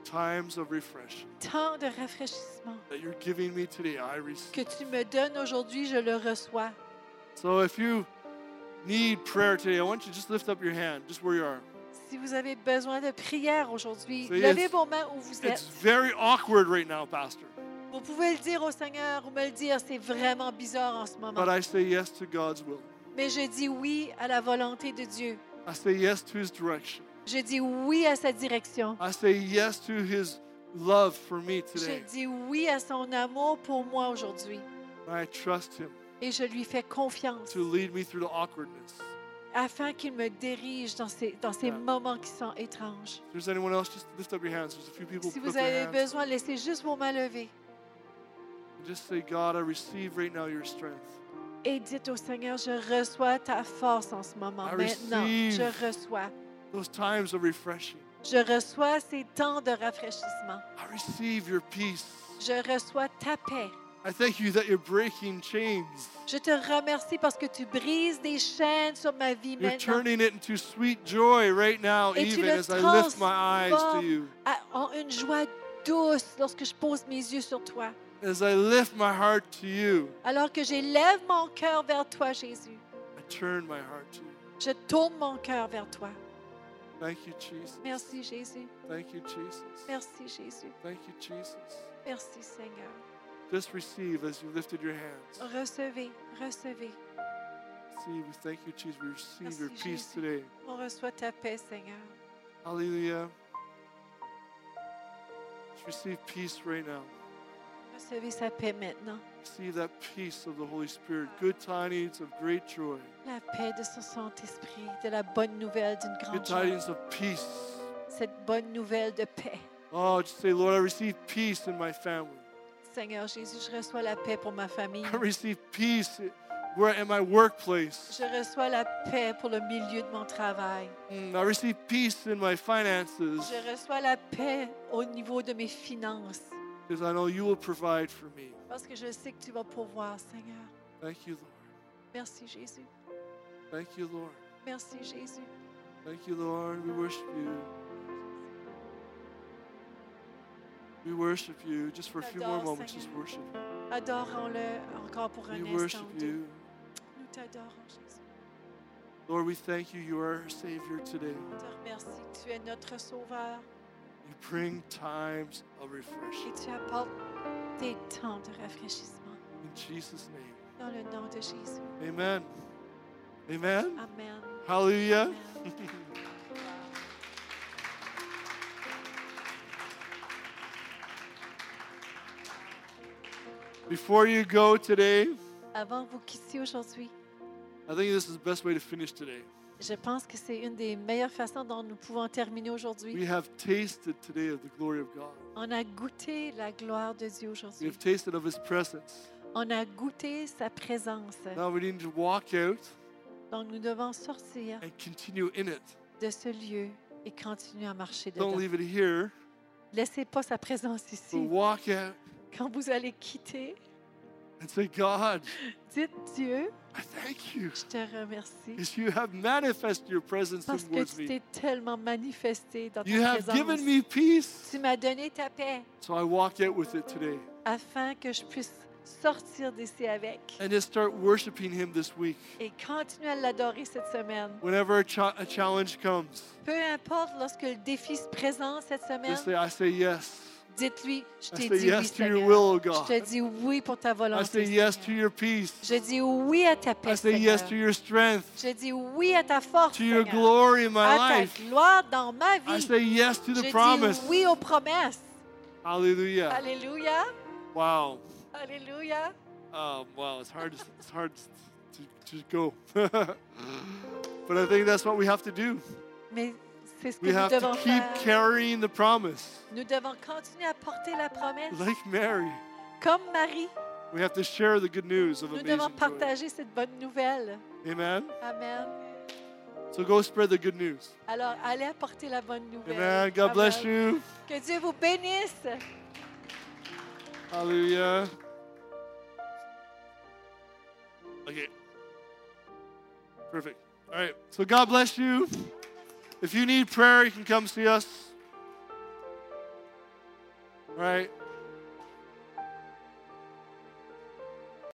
Speaker 2: Times of refreshing
Speaker 5: Tant de rafraîchissement
Speaker 2: that you're giving me today, I receive.
Speaker 5: que tu me donnes aujourd'hui, je le reçois.
Speaker 2: So if you need prayer today, I want you to just lift up your hand, just where you are.
Speaker 5: Si vous avez besoin de prière aujourd'hui,
Speaker 2: So, yes,
Speaker 5: levez vos mains où vous
Speaker 2: It's
Speaker 5: êtes.
Speaker 2: very awkward right now, Pastor.
Speaker 5: Vous pouvez le dire au Seigneur ou me le dire, c'est vraiment bizarre en ce moment.
Speaker 2: But I say yes to God's will.
Speaker 5: Mais je dis oui à la volonté de Dieu.
Speaker 2: I say yes to His direction.
Speaker 5: Je dis oui à sa direction.
Speaker 2: I say yes to His love for me today.
Speaker 5: Je dis oui à son amour pour moi aujourd'hui.
Speaker 2: And I trust Him
Speaker 5: Et je lui fais confiance
Speaker 2: to lead me through the awkwardness. If
Speaker 5: afin qu'il me dirige dans ces, dans ces
Speaker 2: Yeah.
Speaker 5: moments qui sont étranges.
Speaker 2: there's anyone else, just lift up your hands. There's a few people
Speaker 5: Si
Speaker 2: put up
Speaker 5: vous
Speaker 2: their
Speaker 5: avez
Speaker 2: hands.
Speaker 5: besoin, laissez juste vos mains levées.
Speaker 2: And Just say, God, I receive right now your strength.
Speaker 5: Et dites au Seigneur, je reçois ta force en ce moment.
Speaker 2: I
Speaker 5: Maintenant,
Speaker 2: receive.
Speaker 5: je reçois.
Speaker 2: Those times of refreshing.
Speaker 5: Je reçois ces temps de rafraîchissement.
Speaker 2: I receive your peace.
Speaker 5: Je reçois ta paix.
Speaker 2: I thank you that you're breaking chains.
Speaker 5: Je te remercie parce que tu brises des chaînes sur ma vie
Speaker 2: You're
Speaker 5: maintenant
Speaker 2: turning it into sweet joy right now,
Speaker 5: Et tu
Speaker 2: even
Speaker 5: le
Speaker 2: as I lift my eyes to
Speaker 5: transformes.
Speaker 2: you,
Speaker 5: à- en une joie douce lorsque je pose mes yeux sur toi.
Speaker 2: as I lift my heart to you.
Speaker 5: Alors que j'élève mon cœur vers toi, Jésus,
Speaker 2: I turn my heart to you.
Speaker 5: je tourne mon cœur vers toi.
Speaker 2: Thank you, Jesus.
Speaker 5: Merci, Jésus.
Speaker 2: Thank you, Jesus.
Speaker 5: Merci, Jésus.
Speaker 2: Thank you, Jesus.
Speaker 5: Merci, Seigneur.
Speaker 2: Just receive as you lifted your hands.
Speaker 5: Recevez, recevez.
Speaker 2: Receive. We Thank you, Jesus. We receive your
Speaker 5: Merci,
Speaker 2: peace
Speaker 5: Jésus.
Speaker 2: today.
Speaker 5: On reçoit ta paix, Seigneur.
Speaker 2: Hallelujah. Just receive peace right now.
Speaker 5: Recevez sa paix maintenant.
Speaker 2: Receive that peace of the Holy Spirit. Good tidings of great joy.
Speaker 5: La paix de son Saint-Esprit, de la bonne nouvelle d'une
Speaker 2: Good
Speaker 5: grande joie.
Speaker 2: tidings of peace.
Speaker 5: Cette bonne nouvelle de paix.
Speaker 2: Oh, just say, Lord, I receive peace in my family.
Speaker 5: Seigneur Jésus, je reçois la paix pour ma famille.
Speaker 2: I receive peace where in my workplace.
Speaker 5: Je reçois la paix pour le milieu de mon travail.
Speaker 2: Mm, I receive peace in my finances
Speaker 5: Je reçois la paix au niveau de mes finances.
Speaker 2: because I know you will provide for me.
Speaker 5: Parce que je sais que tu vas pourvoir, Seigneur.
Speaker 2: Thank you, Lord.
Speaker 5: Merci, Jésus.
Speaker 2: Thank you, Lord.
Speaker 5: Merci, Jésus.
Speaker 2: Thank you, Lord. We worship you. We worship you just for a few more
Speaker 5: T'adore,
Speaker 2: moments.
Speaker 5: Seigneur.
Speaker 2: Just worship.
Speaker 5: Adorons-le encore pour un
Speaker 2: We
Speaker 5: instant.
Speaker 2: worship
Speaker 5: ou deux.
Speaker 2: you.
Speaker 5: Nous t'adorons, Jésus.
Speaker 2: Lord, we thank you. You are our Savior today.
Speaker 5: On te remercie. Tu es notre Sauveur
Speaker 2: You bring times of
Speaker 5: et
Speaker 2: refreshing.
Speaker 5: tu apportes des temps de rafraîchissement.
Speaker 2: In Jesus' name.
Speaker 5: Dans le nom de Jésus.
Speaker 2: Amen. Amen.
Speaker 5: Amen.
Speaker 2: Hallelujah. Before you go today,
Speaker 5: Avant que vous quittiez aujourd'hui,
Speaker 2: I think this is the best way to finish today.
Speaker 5: je pense que c'est une des meilleures façons dont nous pouvons terminer
Speaker 2: We
Speaker 5: aujourd'hui.
Speaker 2: have tasted today of the glory of God.
Speaker 5: On a goûté la gloire de Dieu
Speaker 2: We
Speaker 5: aujourd'hui.
Speaker 2: have tasted of His presence.
Speaker 5: On a goûté sa présence.
Speaker 2: Now we need to walk out
Speaker 5: Donc, nous devons sortir
Speaker 2: and continue in it.
Speaker 5: de ce lieu et continuer à marcher
Speaker 2: Don't
Speaker 5: dedans.
Speaker 2: leave it here,
Speaker 5: Laissez pas sa présence
Speaker 2: but
Speaker 5: ici.
Speaker 2: walk out
Speaker 5: Quand vous allez quitter,
Speaker 2: and say, God,
Speaker 5: dites Dieu,
Speaker 2: I thank you
Speaker 5: je te remercie
Speaker 2: because you have manifested your presence
Speaker 5: parce que
Speaker 2: towards
Speaker 5: tu
Speaker 2: me.
Speaker 5: t'es tellement manifesté dans
Speaker 2: You
Speaker 5: ta
Speaker 2: have given
Speaker 5: présence.
Speaker 2: me peace.
Speaker 5: Tu m'as donné ta paix
Speaker 2: So I walk out with it today
Speaker 5: afin que je puisse sortir d'ici avec
Speaker 2: and just start worshiping Him this week.
Speaker 5: et continuer à l'adorer cette semaine.
Speaker 2: Whenever a, cha- a challenge comes,
Speaker 5: Peu importe lorsque le défi se présente cette semaine,
Speaker 2: just say, I say yes.
Speaker 5: dites-lui, je
Speaker 2: I
Speaker 5: t'ai
Speaker 2: say
Speaker 5: dit oui,
Speaker 2: yes to your
Speaker 5: Seigneur.
Speaker 2: will, O
Speaker 5: Je te
Speaker 2: God.
Speaker 5: dis oui pour ta
Speaker 2: I
Speaker 5: volonté.
Speaker 2: say yes to
Speaker 5: Seigneur.
Speaker 2: your peace.
Speaker 5: Je dis oui à ta
Speaker 2: I
Speaker 5: paix,
Speaker 2: say yes to
Speaker 5: Seigneur.
Speaker 2: your strength,
Speaker 5: Je dis oui à ta force,
Speaker 2: to your
Speaker 5: Seigneur.
Speaker 2: glory in my
Speaker 5: à ta
Speaker 2: life.
Speaker 5: gloire dans ma
Speaker 2: I
Speaker 5: vie.
Speaker 2: say yes to
Speaker 5: Je
Speaker 2: the
Speaker 5: dis
Speaker 2: promise.
Speaker 5: oui aux promesses.
Speaker 2: Hallelujah.
Speaker 5: Alléluia.
Speaker 2: Wow.
Speaker 5: Alléluia.
Speaker 2: Um, wow, it's hard. To, it's hard to, to go. but I think that's what we have to do.
Speaker 5: Mais c'est ce que
Speaker 2: We
Speaker 5: nous
Speaker 2: have to
Speaker 5: devons
Speaker 2: keep
Speaker 5: faire.
Speaker 2: carrying the promise,
Speaker 5: Nous devons continuer à porter la promesse.
Speaker 2: like Mary.
Speaker 5: Comme Marie,
Speaker 2: We have to share the good news of
Speaker 5: nous
Speaker 2: amazing
Speaker 5: devons
Speaker 2: joy.
Speaker 5: partager cette bonne nouvelle.
Speaker 2: Amen.
Speaker 5: Amen.
Speaker 2: So go spread the good news.
Speaker 5: Alors, allez apporter la bonne nouvelle.
Speaker 2: Amen. God bless
Speaker 5: Amen.
Speaker 2: you.
Speaker 5: Que Dieu vous bénisse.
Speaker 2: Hallelujah. Okay. Perfect. All right. So God bless you. If you need prayer, you can come see us. All right.